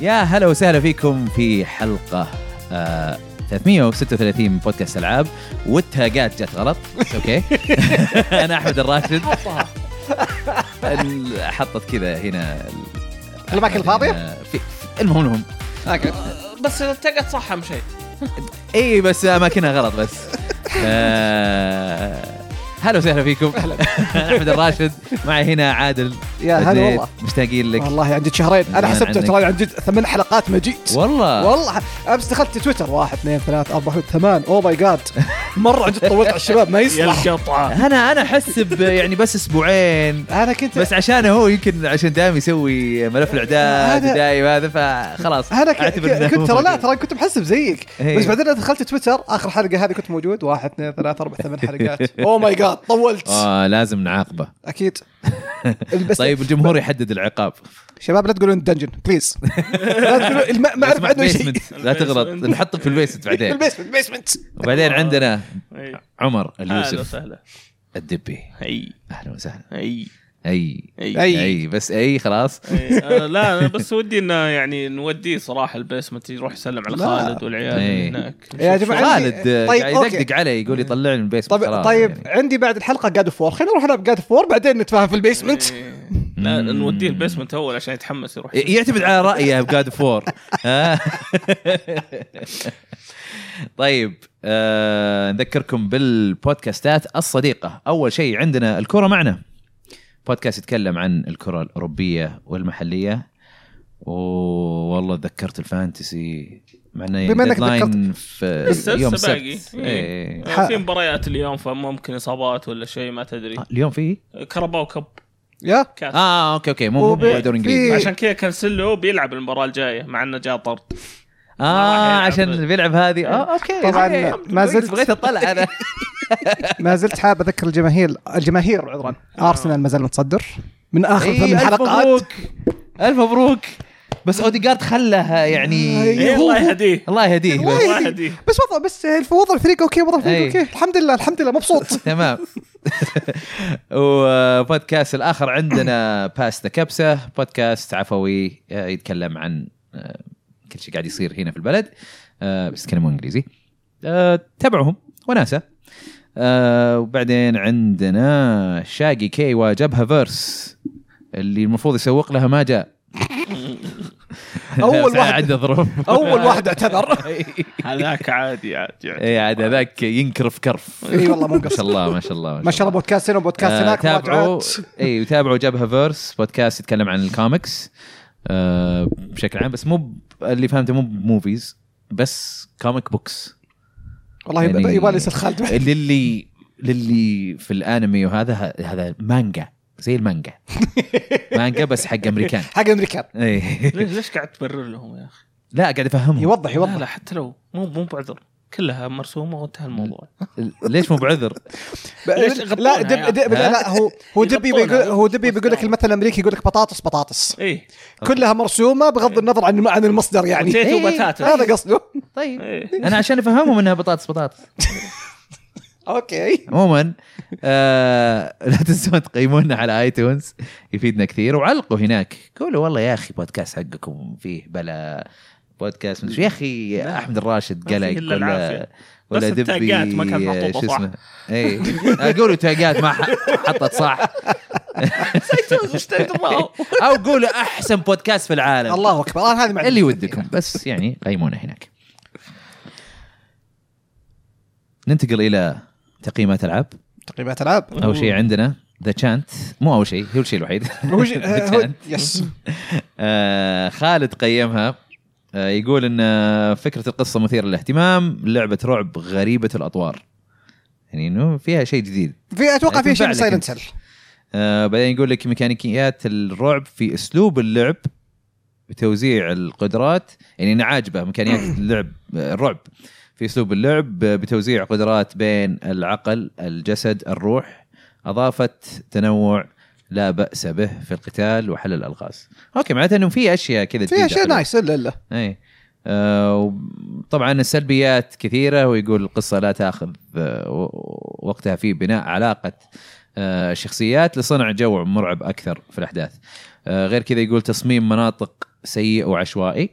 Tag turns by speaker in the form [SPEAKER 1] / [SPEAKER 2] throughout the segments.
[SPEAKER 1] يا هلا وسهلا فيكم في حلقة آه 336 من بودكاست العاب والتاجات جت غلط بس اوكي انا احمد الراشد ال- حطت كذا هنا ال-
[SPEAKER 2] الاماكن الفاضيه؟
[SPEAKER 1] آه، في- في- المهم المهم
[SPEAKER 2] اوكي
[SPEAKER 3] بس التقط صح اهم شيء
[SPEAKER 1] اي بس اماكنها غلط بس آه، هلا وسهلا فيكم
[SPEAKER 2] أهلاً.
[SPEAKER 1] احمد الراشد معي هنا عادل
[SPEAKER 2] يا هلا
[SPEAKER 1] عدنان،
[SPEAKER 2] والله.
[SPEAKER 1] مشتاقين لك
[SPEAKER 2] والله عندي شهرين انا
[SPEAKER 1] زين
[SPEAKER 2] حسبت
[SPEAKER 1] عنك.
[SPEAKER 2] ترى عندي ثمان حلقات ما جيت
[SPEAKER 1] يعني والله
[SPEAKER 2] والله امس دخلت تويتر واحد اثنين ثلاث Oh اربع خمس ثمان اوه ماي جاد مره عن جد طولت على الشباب ما يصلح
[SPEAKER 3] القطعه
[SPEAKER 1] انا انا احسب يعني بس اسبوعين
[SPEAKER 2] انا كنت
[SPEAKER 1] بس
[SPEAKER 2] بس
[SPEAKER 1] عشان هو يمكن عشان دائم يسوي ملف الاعداد
[SPEAKER 2] هذا-
[SPEAKER 1] ودايم هذا فخلاص
[SPEAKER 2] انا ك-
[SPEAKER 1] أعتبر إنه
[SPEAKER 2] ك-
[SPEAKER 1] هو
[SPEAKER 2] كنت ترى لا
[SPEAKER 1] موجود.
[SPEAKER 2] ترى كنت محسب زيك
[SPEAKER 1] إيه.
[SPEAKER 2] بس بعدين دخلت تويتر اخر حلقه هذه كنت موجود واحد اثنين ثلاث اربع ثمان حلقات اوه ماي جاد طولت
[SPEAKER 1] اه لازم نعاقبه
[SPEAKER 2] اكيد بس
[SPEAKER 1] طيب الجمهور يحدد العقاب
[SPEAKER 2] شباب لا تقولون دنجن بليز لا تقولون الم- ما اعرف
[SPEAKER 1] اسمع،
[SPEAKER 2] عنه شيء
[SPEAKER 1] basement. لا تغلط
[SPEAKER 3] basement.
[SPEAKER 1] نحطك في البيسمنت بعدين
[SPEAKER 2] البيسمنت البيسمنت
[SPEAKER 1] وبعدين عندنا عمر
[SPEAKER 2] آه،
[SPEAKER 3] اهلا
[SPEAKER 1] اليوسف
[SPEAKER 3] وسهلا
[SPEAKER 1] الدبي
[SPEAKER 3] اي
[SPEAKER 1] اهلا وسهلا
[SPEAKER 3] اي
[SPEAKER 1] اي
[SPEAKER 3] اي
[SPEAKER 2] أي.
[SPEAKER 1] اي بس اي خلاص
[SPEAKER 3] إي. آه، لا انا بس ودي انه يعني نوديه صراحه البيسمنت يروح يسلم على
[SPEAKER 2] لا. إيه.
[SPEAKER 3] خالد والعيال
[SPEAKER 1] إي.
[SPEAKER 3] اللي هناك
[SPEAKER 2] يا جماعه عندي-
[SPEAKER 1] خالد آه،
[SPEAKER 2] طيب،
[SPEAKER 1] قاعد
[SPEAKER 2] أوكي.
[SPEAKER 1] يدقدق علي يقول لي طلعني من البيسمنت
[SPEAKER 2] طيب
[SPEAKER 1] خلاص
[SPEAKER 2] طيب
[SPEAKER 1] يعني.
[SPEAKER 2] عندي بعد الحلقه جاد اوف وور خلينا نروح نلعب جاد اوف وور بعدين نتفاهم في البيسمنت
[SPEAKER 3] إي. لا
[SPEAKER 1] مم.
[SPEAKER 3] آه، نوديه البيسمنت اول عشان يتحمس يروح
[SPEAKER 2] إيه.
[SPEAKER 1] ي- يعتمد على رايه بجاد فور طيب آه نذكركم بالبودكاستات الصديقه اول شيء عندنا الكره معنا بودكاست يتكلم عن الكره الاوروبيه والمحليه والله تذكرت الفانتسي مع انه
[SPEAKER 2] بما إنك
[SPEAKER 1] deadline في
[SPEAKER 3] لسه- لسه
[SPEAKER 1] يوم
[SPEAKER 3] باقي.
[SPEAKER 1] السبت إيه.
[SPEAKER 3] آه،
[SPEAKER 2] ح-
[SPEAKER 3] في مباريات اليوم فممكن اصابات ولا شيء ما تدري
[SPEAKER 1] آه، اليوم في
[SPEAKER 3] كرباو كب
[SPEAKER 2] يا
[SPEAKER 3] كاس
[SPEAKER 1] اه اوكي اوكي مو مو
[SPEAKER 2] وب-
[SPEAKER 1] دوري انجليزي
[SPEAKER 2] في-
[SPEAKER 3] عشان كذا كانسلو بيلعب المباراه الجايه مع انه جاء طرد
[SPEAKER 1] اه
[SPEAKER 3] راح يلعب.
[SPEAKER 1] عشان بيلعب هذه اه اوكي
[SPEAKER 2] طبعاً
[SPEAKER 1] إيه.
[SPEAKER 2] ما زلت-
[SPEAKER 1] بغيت اطلع انا
[SPEAKER 2] ما زلت حاب اذكر الجماهير الجماهير عذرا
[SPEAKER 1] آه.
[SPEAKER 2] ارسنال ما زال متصدر من اخر
[SPEAKER 1] إيه،
[SPEAKER 2] ثمان
[SPEAKER 1] ألف
[SPEAKER 2] حلقات
[SPEAKER 1] مبروك الف مبروك بس اوديجارد خلها يعني
[SPEAKER 2] إيه،
[SPEAKER 3] إيه،
[SPEAKER 2] هو-
[SPEAKER 3] الله يهديه
[SPEAKER 1] الله يهديك
[SPEAKER 2] الله
[SPEAKER 1] بس.
[SPEAKER 2] يهديك.
[SPEAKER 3] الله يهديه
[SPEAKER 2] بس وضع بس وضع الفريق اوكي وضع الفريق
[SPEAKER 1] إيه.
[SPEAKER 2] اوكي الحمد لله الحمد لله مبسوط
[SPEAKER 1] تمام وبودكاست الاخر عندنا باستا كبسه بودكاست عفوي آه، يتكلم عن آه، كل شيء قاعد يصير هنا في البلد آه، بس يتكلمون انجليزي آه، تابعوهم وناسه آه، وبعدين عندنا شاقي كي وجبهه فيرس اللي المفروض يسوق لها ما جاء
[SPEAKER 2] اول واحد
[SPEAKER 1] عنده ظروف
[SPEAKER 2] اول واحد اعتذر
[SPEAKER 3] هذاك عادي عادي
[SPEAKER 2] يعني.
[SPEAKER 3] عادي
[SPEAKER 1] اي عاد هذاك إيه، يعني ينكرف كرف
[SPEAKER 2] اي والله مو
[SPEAKER 1] ما
[SPEAKER 2] مقصر
[SPEAKER 1] شاء الله ما شاء الله
[SPEAKER 2] ما شاء الله بودكاست هنا وبودكاست
[SPEAKER 1] آه،
[SPEAKER 2] هناك
[SPEAKER 1] تابعوا
[SPEAKER 2] مراجعات.
[SPEAKER 1] اي تابعوا جبهه فيرس بودكاست يتكلم عن الكوميكس آه، بشكل عام بس مو ب- اللي فهمته مو بموفيز بس كوميك بوكس
[SPEAKER 2] والله
[SPEAKER 1] يعني-
[SPEAKER 2] يب- يبالي يصير خالد
[SPEAKER 1] للي للي في الانمي وهذا ه- هذا مانجا زي المانجا مانجا بس حق امريكان
[SPEAKER 2] حق الامريكان
[SPEAKER 1] اي
[SPEAKER 3] ليش ليش قاعد تبرر لهم يعني؟ يا اخي؟
[SPEAKER 1] لا قاعد افهمهم
[SPEAKER 2] يوضح
[SPEAKER 3] لا
[SPEAKER 2] يوضح
[SPEAKER 3] لا حتى لو مو مو بعذر كلها مرسومه وانتهى الموضوع
[SPEAKER 1] ليش مو بعذر
[SPEAKER 3] ليش
[SPEAKER 2] لا
[SPEAKER 3] يغطونها
[SPEAKER 2] دب
[SPEAKER 3] يعني؟
[SPEAKER 2] دب لا, لا هو هو دبي
[SPEAKER 3] يغطونها.
[SPEAKER 2] بيقول هو دبي بيقول لك المثل الامريكي يقول لك بطاطس بطاطس
[SPEAKER 3] ايه
[SPEAKER 1] يعني
[SPEAKER 2] كلها مرسومه بغض النظر عن عن المصدر يعني
[SPEAKER 3] بوتيتو
[SPEAKER 1] إيه.
[SPEAKER 3] وبتاتا
[SPEAKER 2] هذا قصده
[SPEAKER 1] طيب
[SPEAKER 3] إيه.
[SPEAKER 1] انا عشان افهمهم انها بطاطس بطاطس
[SPEAKER 2] اوكي
[SPEAKER 1] عموما آه لا تنسون تقيمونا على ايتونز يفيدنا كثير وعلقوا هناك قولوا والله يا اخي بودكاست حقكم فيه بلا بودكاست مش يا اخي
[SPEAKER 3] لا.
[SPEAKER 1] احمد الراشد
[SPEAKER 3] ما
[SPEAKER 1] قلق
[SPEAKER 3] فيه إلا
[SPEAKER 1] إيه، ولا
[SPEAKER 3] العافية. بس
[SPEAKER 1] ولا دبي
[SPEAKER 3] التاجات ما كانت
[SPEAKER 1] آه،
[SPEAKER 3] محطوطة
[SPEAKER 1] شو
[SPEAKER 3] صح.
[SPEAKER 1] اسمه؟ اي قولوا تاجات ما ح- حطت صح او قولوا احسن بودكاست في العالم
[SPEAKER 2] الله اكبر انا هذه معلومة.
[SPEAKER 1] اللي ودكم بس يعني قيمونا هناك ننتقل الى تقييمات العاب
[SPEAKER 2] تقييمات العاب
[SPEAKER 1] اول شيء عندنا ذا شانت مو اول شيء هو الشيء الوحيد
[SPEAKER 2] هو ش- هو-
[SPEAKER 1] كانت.
[SPEAKER 2] يس
[SPEAKER 1] آه، خالد قيمها آه، يقول ان آه، فكره القصه مثيره للاهتمام لعبه رعب غريبه الاطوار يعني انه فيها شيء جديد
[SPEAKER 2] في اتوقع في شيء من
[SPEAKER 1] تنفع لك
[SPEAKER 2] سايلنت هيل
[SPEAKER 1] آه، بعدين يقول لك ميكانيكيات الرعب في اسلوب اللعب بتوزيع القدرات يعني انا عاجبه ميكانيات اللعب آه، الرعب في اسلوب اللعب آه، بتوزيع قدرات بين العقل، الجسد، الروح اضافت تنوع لا باس به في القتال وحل الالغاز. اوكي معناته انه في اشياء كذا
[SPEAKER 2] في شيء نايس الا الا
[SPEAKER 1] اي طبعا آه، السلبيات كثيره ويقول القصه لا تاخذ آه، و- و- وقتها في بناء علاقه آه، الشخصيات لصنع جو مرعب اكثر في الاحداث آه، غير كذا يقول تصميم مناطق سيء وعشوائي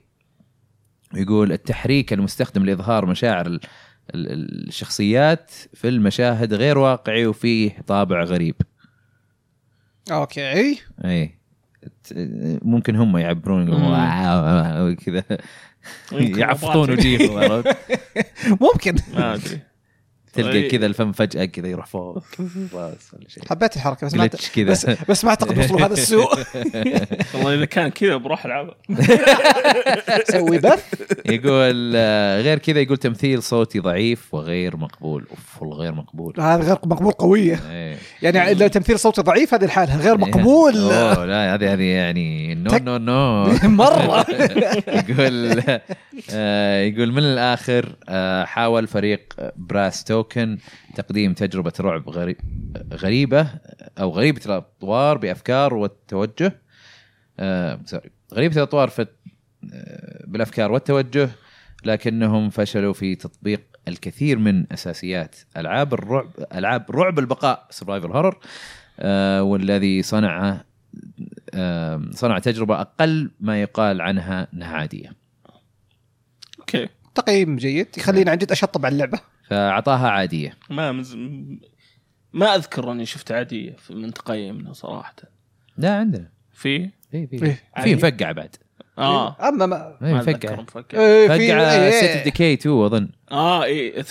[SPEAKER 1] يقول التحريك المستخدم لاظهار مشاعر ال- ال- الشخصيات في المشاهد غير واقعي وفيه طابع غريب
[SPEAKER 2] اوكي
[SPEAKER 1] اي ت- ممكن هم يعبرون يقولون
[SPEAKER 3] مم.
[SPEAKER 1] واو كذا
[SPEAKER 3] يمكن
[SPEAKER 1] يعفطون
[SPEAKER 3] أبغى-
[SPEAKER 1] وجيهم عرفت؟
[SPEAKER 2] ممكن
[SPEAKER 3] ما ادري
[SPEAKER 1] تلقى
[SPEAKER 2] طيب.
[SPEAKER 3] أي.
[SPEAKER 1] كذا الفم فجاه كذا يروح فوق راس ولا شيء
[SPEAKER 2] حبيت الحركه بس ما
[SPEAKER 1] Glitch كذا.
[SPEAKER 2] بس, بس ما اعتقد وصلوا هذا السوء
[SPEAKER 3] والله اذا كان كذا بروح العبها
[SPEAKER 2] سوي بث
[SPEAKER 1] يقول آه، غير كذا يقول تمثيل صوتي ضعيف وغير مقبول اوف والله غير مقبول
[SPEAKER 2] هذا غير مقبول قويه
[SPEAKER 1] إيه.
[SPEAKER 2] يعني لو تمثيل صوتي ضعيف هذه الحاله غير مقبول
[SPEAKER 1] أوه، لا هذه هذه يعني نو
[SPEAKER 2] تك-
[SPEAKER 1] نو نو
[SPEAKER 2] مره
[SPEAKER 1] يقول آه، يقول من الاخر آه، حاول فريق براس توكن تقديم تجربه رعب غري- غريبه او غريبه الاطوار بافكار والتوجه آه، سوري غريبه الاطوار في آه، بالافكار والتوجه لكنهم فشلوا في تطبيق الكثير من اساسيات العاب الرعب العاب رعب البقاء سرفايفل هورر والذي صنعه آم، صنع تجربه اقل ما يقال عنها انها عاديه
[SPEAKER 3] اوكي
[SPEAKER 2] تقييم جيد يخليني عن جد اشطب على اللعبه
[SPEAKER 1] فاعطاها عاديه
[SPEAKER 3] ما مز... ما اذكر اني شفت عاديه في من تقيمنا صراحه
[SPEAKER 1] لا عندنا
[SPEAKER 3] في
[SPEAKER 1] في في
[SPEAKER 2] إيه.
[SPEAKER 1] في مفقع بعد
[SPEAKER 3] اه
[SPEAKER 2] اما ما
[SPEAKER 1] إيه،
[SPEAKER 3] ما
[SPEAKER 1] مفقع
[SPEAKER 3] اتذكر مفقع
[SPEAKER 2] إيه، في
[SPEAKER 1] مفقع
[SPEAKER 2] إيه،
[SPEAKER 1] سيت
[SPEAKER 2] إيه.
[SPEAKER 1] اوف ديكي 2 اظن
[SPEAKER 3] اه اي 3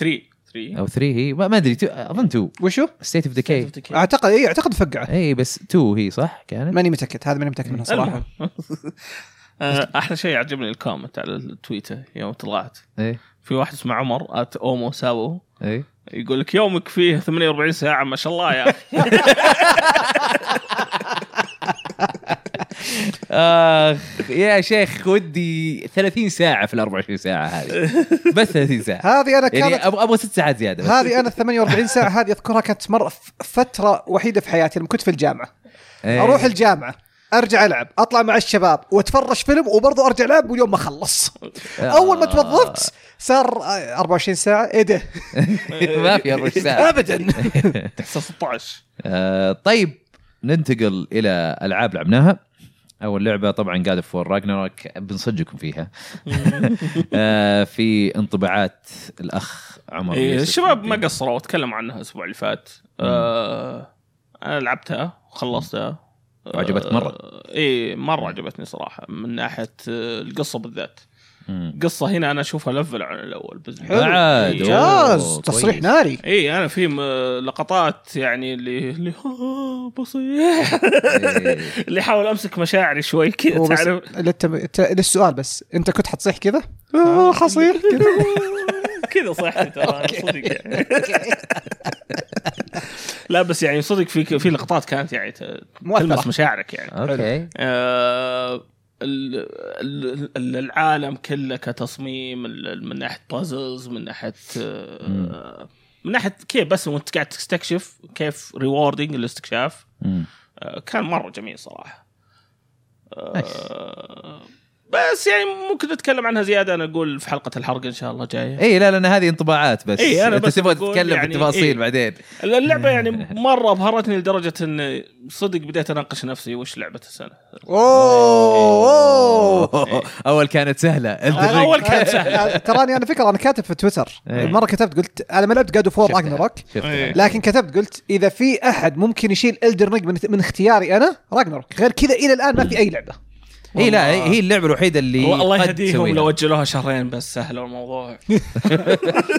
[SPEAKER 3] 3
[SPEAKER 1] او 3 هي ما ما ادري تو- اظن 2
[SPEAKER 2] وشو؟
[SPEAKER 1] ستيت اوف ديكي
[SPEAKER 2] اعتقد اي اعتقد إيه، فقعه
[SPEAKER 1] اي إيه، بس 2 هي صح كانت
[SPEAKER 2] ماني متاكد هذا ماني متاكد منها صراحه
[SPEAKER 3] المهم. آه، احلى شيء عجبني الكومنت على التويتر يوم طلعت
[SPEAKER 1] اي
[SPEAKER 3] في واحد اسمه عمر ات اومو ساو
[SPEAKER 1] اي
[SPEAKER 3] يقول لك يومك فيه 48 ساعه ما شاء الله يا اخي
[SPEAKER 1] اخ يا شيخ ودي 30 ساعه في ال 24 ساعه هذه بس 30 ساعه
[SPEAKER 2] هذه انا
[SPEAKER 1] يعني
[SPEAKER 2] كانت
[SPEAKER 1] ابغى ابغى ست ساعات زياده بس
[SPEAKER 2] هذه انا ال 48 ساعه هذه اذكرها كانت مره ف- فتره وحيده في حياتي لما كنت في الجامعه
[SPEAKER 1] إيه.
[SPEAKER 2] اروح الجامعه ارجع العب اطلع مع الشباب واتفرج فيلم وبرضه ارجع العب واليوم ما خلص
[SPEAKER 1] آه.
[SPEAKER 2] اول ما توظفت صار آه، 24 ساعه ايه ده
[SPEAKER 1] ما في 24 ساعه
[SPEAKER 2] ابدا
[SPEAKER 3] تحسها 16
[SPEAKER 1] آه، طيب ننتقل الى العاب لعبناها اول لعبه طبعا قاعد فور راجناروك بنصدقكم فيها آه، في انطباعات الاخ عمر
[SPEAKER 3] إيه،
[SPEAKER 1] يوسف.
[SPEAKER 3] الشباب ما قصروا تكلم عنها الاسبوع اللي فات آه، انا لعبتها وخلصتها
[SPEAKER 1] وعجبتك مرة؟
[SPEAKER 3] اي مره عجبتني صراحه من ناحيه آه، القصه بالذات
[SPEAKER 1] مم.
[SPEAKER 3] القصه هنا انا اشوفها لفل عن الاول بزنس
[SPEAKER 1] حلو. بعد.
[SPEAKER 3] إيه.
[SPEAKER 2] جاز
[SPEAKER 1] أوه،
[SPEAKER 2] تصريح
[SPEAKER 1] كويس.
[SPEAKER 2] ناري
[SPEAKER 3] اي انا في م- لقطات يعني اللي اللي بصيح
[SPEAKER 1] إيه.
[SPEAKER 3] اللي حاول امسك مشاعري شوي كذا
[SPEAKER 2] هو بس
[SPEAKER 3] تعرف
[SPEAKER 2] للتم... ت- للسؤال بس انت كنت حتصيح كذا؟ آه، حصير كذا
[SPEAKER 3] كذا صحت ترى أنا صدق يعني. لا بس يعني صدق في في لقطات كانت يعني ت-
[SPEAKER 2] مؤثرة.
[SPEAKER 3] تلمس مشاعرك يعني
[SPEAKER 1] اوكي
[SPEAKER 3] آه، ال- ال- ال- العالم كله كتصميم ال- ال- من ناحيه بازلز من ناحيه آه، من ناحيه كيف بس وانت قاعد تستكشف كيف ريوردنج الاستكشاف
[SPEAKER 1] مم.
[SPEAKER 3] آه، كان مره جميل صراحه آه،
[SPEAKER 1] نايس.
[SPEAKER 3] بس يعني ممكن نتكلم عنها زياده انا اقول في حلقه الحلقه ان شاء الله جايه
[SPEAKER 1] اي إيه، لا لان هذه انطباعات بس
[SPEAKER 3] إيه، أنا
[SPEAKER 1] انت
[SPEAKER 3] بس
[SPEAKER 1] تبغى
[SPEAKER 3] بقول
[SPEAKER 1] تتكلم
[SPEAKER 3] يعني
[SPEAKER 1] في التفاصيل
[SPEAKER 3] إيه.
[SPEAKER 1] بعدين
[SPEAKER 3] اللعبه يعني مره ابهرتني لدرجه ان صدق بديت اناقش نفسي وش لعبه السنه
[SPEAKER 2] اوه
[SPEAKER 3] إيه.
[SPEAKER 1] أوه، اول كانت سهله Elden Ring.
[SPEAKER 3] اول كانت سهله
[SPEAKER 2] آه، تراني انا فكره انا كاتب في تويتر
[SPEAKER 1] إيه.
[SPEAKER 2] مره كتبت قلت انا ما لعبت جاد اوف
[SPEAKER 1] شفتها،
[SPEAKER 2] راجناروك
[SPEAKER 1] شفتها
[SPEAKER 3] إيه.
[SPEAKER 2] لكن كتبت قلت اذا في احد ممكن يشيل الدر رينج من, من اختياري انا راجناروك غير كذا الى الان ما في اي لعبه
[SPEAKER 1] اي إيه، لا هي اللعبه الوحيده اللي
[SPEAKER 3] الله
[SPEAKER 1] إيه، قد
[SPEAKER 3] يهديهم
[SPEAKER 1] تسويها.
[SPEAKER 3] لو اجلوها شهرين بس سهلوا الموضوع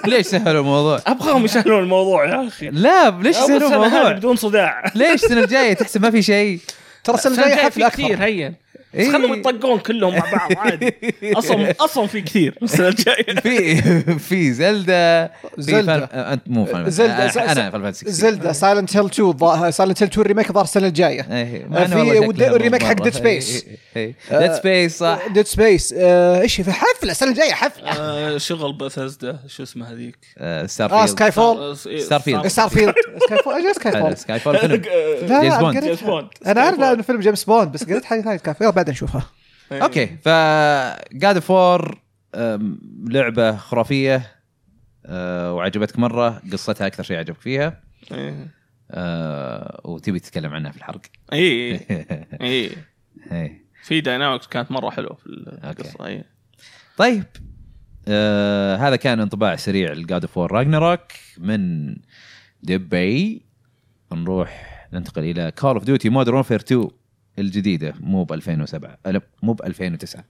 [SPEAKER 1] ليش سهلوا الموضوع؟
[SPEAKER 3] ابغاهم يسهلوا الموضوع يا اخي
[SPEAKER 1] لا ليش
[SPEAKER 3] أول
[SPEAKER 1] سهلوا
[SPEAKER 3] سنة هذه
[SPEAKER 1] الموضوع؟
[SPEAKER 3] بدون صداع
[SPEAKER 1] ليش السنه الجايه تحسب ما في شيء؟
[SPEAKER 2] ترى السنه
[SPEAKER 3] السنة
[SPEAKER 2] الجايه
[SPEAKER 3] الجاية
[SPEAKER 2] حفله
[SPEAKER 3] في
[SPEAKER 2] اكثر
[SPEAKER 3] كثير هين بس
[SPEAKER 1] إيه.
[SPEAKER 3] خلهم يطقون كلهم مع بعض عادي اصلا اصلا في كثير السنه الجايه
[SPEAKER 1] في في زلدا في
[SPEAKER 2] زلدا.
[SPEAKER 1] فان- انت مو فان
[SPEAKER 2] زلدا-
[SPEAKER 1] زلدا انا فان فانتسي
[SPEAKER 2] زلدا سايلنت هيل 2 سايلنت هيل 2 الريميك ظهر السنه الجايه
[SPEAKER 1] إيه،
[SPEAKER 2] في ود- الريميك حق Dead Space. آه،
[SPEAKER 1] ديد سبيس إيه. صح
[SPEAKER 2] ديد سبيس ايش آه، في حفله السنه الجايه حفله
[SPEAKER 3] آه، شغل بثزدا شو اسمه هذيك
[SPEAKER 2] اه
[SPEAKER 1] ستار
[SPEAKER 2] سكاي فول
[SPEAKER 1] آه، إيه، Starfield.
[SPEAKER 2] ستار فيلد سكاي فول ايش سكاي فول؟
[SPEAKER 1] فيلد سكاي فول فيلم
[SPEAKER 2] لا
[SPEAKER 1] جيمس
[SPEAKER 2] لا
[SPEAKER 1] بوند.
[SPEAKER 2] أنا
[SPEAKER 3] جيمس بوند.
[SPEAKER 2] قريت- انا عارف انه فيلم جيمس بوند بس قريت حاجه ثانيه كافيه بعدين نشوفها إيه.
[SPEAKER 1] اوكي ف جاد فور لعبه خرافيه أه، وعجبتك مره قصتها اكثر شيء عجبك فيها آه،
[SPEAKER 3] إيه،
[SPEAKER 1] أه، وتبي تتكلم عنها في الحرق
[SPEAKER 3] اي اي
[SPEAKER 1] إيه.
[SPEAKER 3] في داينامكس كانت مره حلوه في إيه.
[SPEAKER 1] أوكي.
[SPEAKER 3] القصه أي.
[SPEAKER 1] طيب آه هذا كان انطباع سريع لجاد اوف وور راجناروك من دبي نروح ننتقل الى كول اوف ديوتي مودرن وورفير 2 الجديده مو ب 2007 لا، مو ب 2009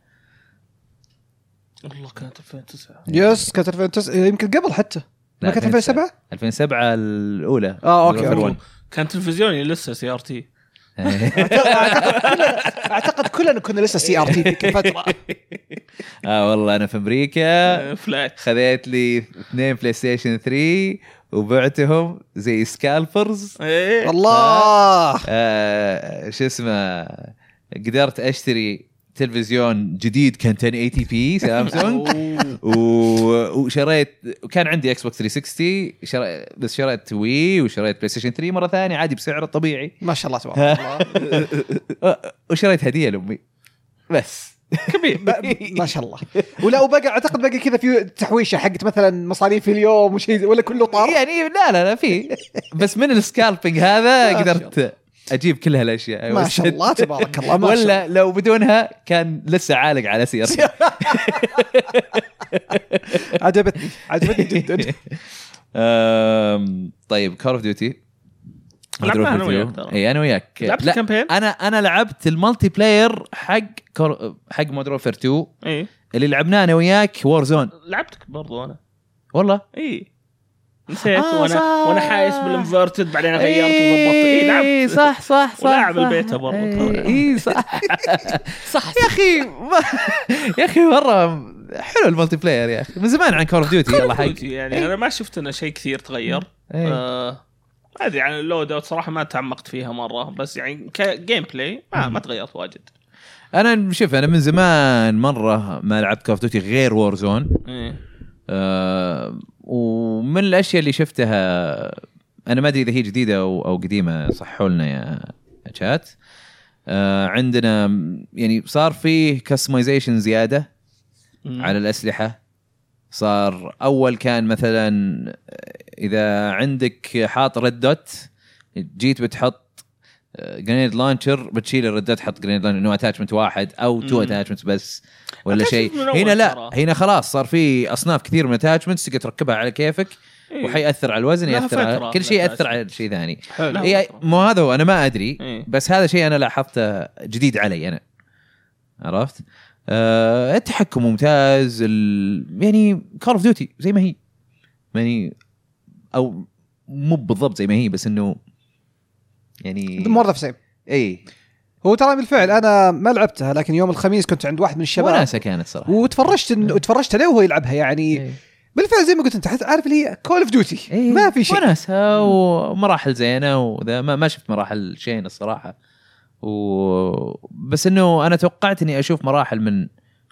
[SPEAKER 3] والله كانت 2009
[SPEAKER 2] يس كانت 2009 يمكن قبل حتى
[SPEAKER 1] يعني. لا،
[SPEAKER 2] ما كانت 2007
[SPEAKER 1] 2007 الاولى
[SPEAKER 2] آه، أوكي،
[SPEAKER 1] Warfare
[SPEAKER 2] أوكي.
[SPEAKER 1] 1.
[SPEAKER 3] كان تلفزيوني لسه سي ار تي
[SPEAKER 2] اعتقد كلنا كنا لسه سي
[SPEAKER 1] إيه.
[SPEAKER 2] ار تي ذيك الفتره
[SPEAKER 1] اه والله انا في امريكا
[SPEAKER 3] فلات
[SPEAKER 1] خذيت لي اثنين بلاي ستيشن 3 وبعتهم زي سكالبرز
[SPEAKER 3] إيه.
[SPEAKER 2] الله
[SPEAKER 1] آه شو اسمه قدرت اشتري تلفزيون جديد كان 1080 بي سامسونج
[SPEAKER 3] أوه.
[SPEAKER 1] و- وشريت وكان عندي اكس بوكس 360 شري بس شريت وي وشريت بلاي ستيشن 3 مره ثانيه عادي بسعره الطبيعي
[SPEAKER 2] ما شاء الله تبارك الله
[SPEAKER 1] وشريت هديه لامي بس كبير
[SPEAKER 2] ب- ما شاء الله ولا وبقى اعتقد بقى كذا في تحويشه حقت مثلا مصاريف اليوم وشيء ولا كله طار
[SPEAKER 1] يعني لا لا لا في بس من السكالبينج هذا
[SPEAKER 2] ما شاء
[SPEAKER 1] قدرت اجيب كل هالاشياء
[SPEAKER 2] ما شاء الله تبارك الله ما شاء
[SPEAKER 1] ولا لو بدونها كان لسه عالق على سيارتي
[SPEAKER 2] الله. عجبتني عجبتني جدا
[SPEAKER 1] أم، طيب كول اوف ديوتي
[SPEAKER 3] لعبنا أنا وياك ترى.
[SPEAKER 1] اي انا إيه، وياك
[SPEAKER 3] لعبت
[SPEAKER 1] لا،
[SPEAKER 3] الكامبين؟
[SPEAKER 1] انا انا لعبت المالتي بلاير حق كور... حق مودرن وورفير 2
[SPEAKER 3] اي
[SPEAKER 1] اللي لعبناه انا وياك وور زون
[SPEAKER 3] إيه. لعبتك برضو انا
[SPEAKER 1] والله
[SPEAKER 3] اي نسيت
[SPEAKER 1] آه،
[SPEAKER 3] وانا
[SPEAKER 1] صح.
[SPEAKER 3] وانا حايس بالانفرتد بعدين غيرت وضبطت اي
[SPEAKER 1] اي
[SPEAKER 3] لعبت
[SPEAKER 1] إيه، صح صح صح
[SPEAKER 3] إيه، ولاعب
[SPEAKER 1] صح.
[SPEAKER 3] البيتا برضه ترى.
[SPEAKER 1] اي صح صح يا اخي ما- يا اخي مره حلو المالتي بلاير يا اخي من زمان عن كور اوف ديوتي يلا حق
[SPEAKER 3] يعني
[SPEAKER 1] إيه.
[SPEAKER 3] انا ما شفت انه شيء كثير تغير
[SPEAKER 1] إيه.
[SPEAKER 3] آه، ما ادري عن اللود اوت صراحه ما تعمقت فيها مره بس يعني كجيم بلاي ما, ما تغيرت واجد
[SPEAKER 1] انا شوف انا من زمان مره ما لعبت كور اوف ديوتي غير وور زون
[SPEAKER 3] إيه.
[SPEAKER 1] آه، ومن الاشياء اللي شفتها انا ما ادري اذا هي جديده او او قديمه صحوا لنا يا شات آه، عندنا يعني صار فيه كستمايزيشن زياده على الاسلحه صار اول كان مثلا اذا عندك حاط ريد دوت جيت بتحط جرينيد لانشر بتشيل الريد دوت تحط جرينيد لانشر انه اتاتشمنت واحد او تو
[SPEAKER 3] مم.
[SPEAKER 1] اتاتشمنت بس ولا
[SPEAKER 3] Attachment
[SPEAKER 1] شيء
[SPEAKER 3] من أول
[SPEAKER 1] هنا لا
[SPEAKER 3] ترى.
[SPEAKER 1] هنا خلاص صار في اصناف كثير من الاتاتشمنتس تقدر تركبها على كيفك
[SPEAKER 3] إيه.
[SPEAKER 1] وحيأثر على الوزن
[SPEAKER 3] لها
[SPEAKER 1] يأثر على
[SPEAKER 3] فترة
[SPEAKER 1] كل شيء يأثر
[SPEAKER 3] الأتاتشمنت.
[SPEAKER 1] على شيء ثاني
[SPEAKER 3] حلو.
[SPEAKER 1] إيه مو هذا هو انا ما ادري
[SPEAKER 3] إيه.
[SPEAKER 1] بس هذا شيء انا لاحظته جديد علي انا عرفت؟ آه التحكم ممتاز ال... يعني كول اوف ديوتي زي ما هي يعني او مو بالضبط زي ما هي بس انه يعني إيه،
[SPEAKER 2] مور ذا سيم
[SPEAKER 1] اي
[SPEAKER 2] هو ترى بالفعل انا ما لعبتها لكن يوم الخميس كنت عند واحد من الشباب
[SPEAKER 1] وناسه كانت صراحه
[SPEAKER 2] وتفرجت إن-
[SPEAKER 1] نعم.
[SPEAKER 2] وتفرجت عليه وهو يلعبها
[SPEAKER 1] إيه.
[SPEAKER 2] يعني بالفعل زي ما قلت انت حت- عارف اللي هي كول اوف ديوتي ما في شيء
[SPEAKER 1] وناسه ومراحل زينه وذا ما, ما شفت مراحل شين الصراحه و... بس انه انا توقعت اني اشوف مراحل من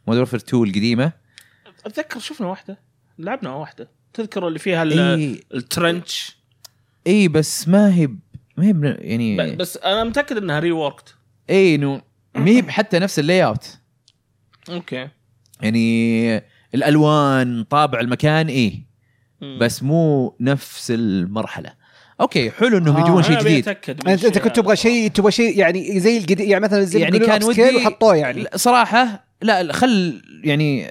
[SPEAKER 1] مودرن 2 القديمه
[SPEAKER 3] اتذكر شفنا واحده لعبنا واحده تذكر اللي فيها ال-
[SPEAKER 1] اي
[SPEAKER 3] الترنش
[SPEAKER 1] اي إيه، بس ما هي ب- ما هي بن- يعني
[SPEAKER 3] ب- بس انا متاكد انها ري ووركت
[SPEAKER 1] اي انه ما هي حتى نفس اللاي اوت
[SPEAKER 3] اوكي
[SPEAKER 1] يعني الالوان طابع المكان اي
[SPEAKER 3] مم.
[SPEAKER 1] بس مو نفس المرحله اوكي حلو انهم
[SPEAKER 2] آه،
[SPEAKER 1] يجيبون
[SPEAKER 3] أنا
[SPEAKER 1] شيء
[SPEAKER 3] أبي
[SPEAKER 1] جديد
[SPEAKER 3] أتأكد من
[SPEAKER 2] انت انت
[SPEAKER 3] الشيء
[SPEAKER 2] يعني كنت تبغى
[SPEAKER 3] هذا.
[SPEAKER 2] شيء تبغى شيء يعني زي القديم يعني مثلا زي
[SPEAKER 1] يعني كان ودي-
[SPEAKER 2] وحطوه يعني
[SPEAKER 1] لا، صراحه لا لا، خل يعني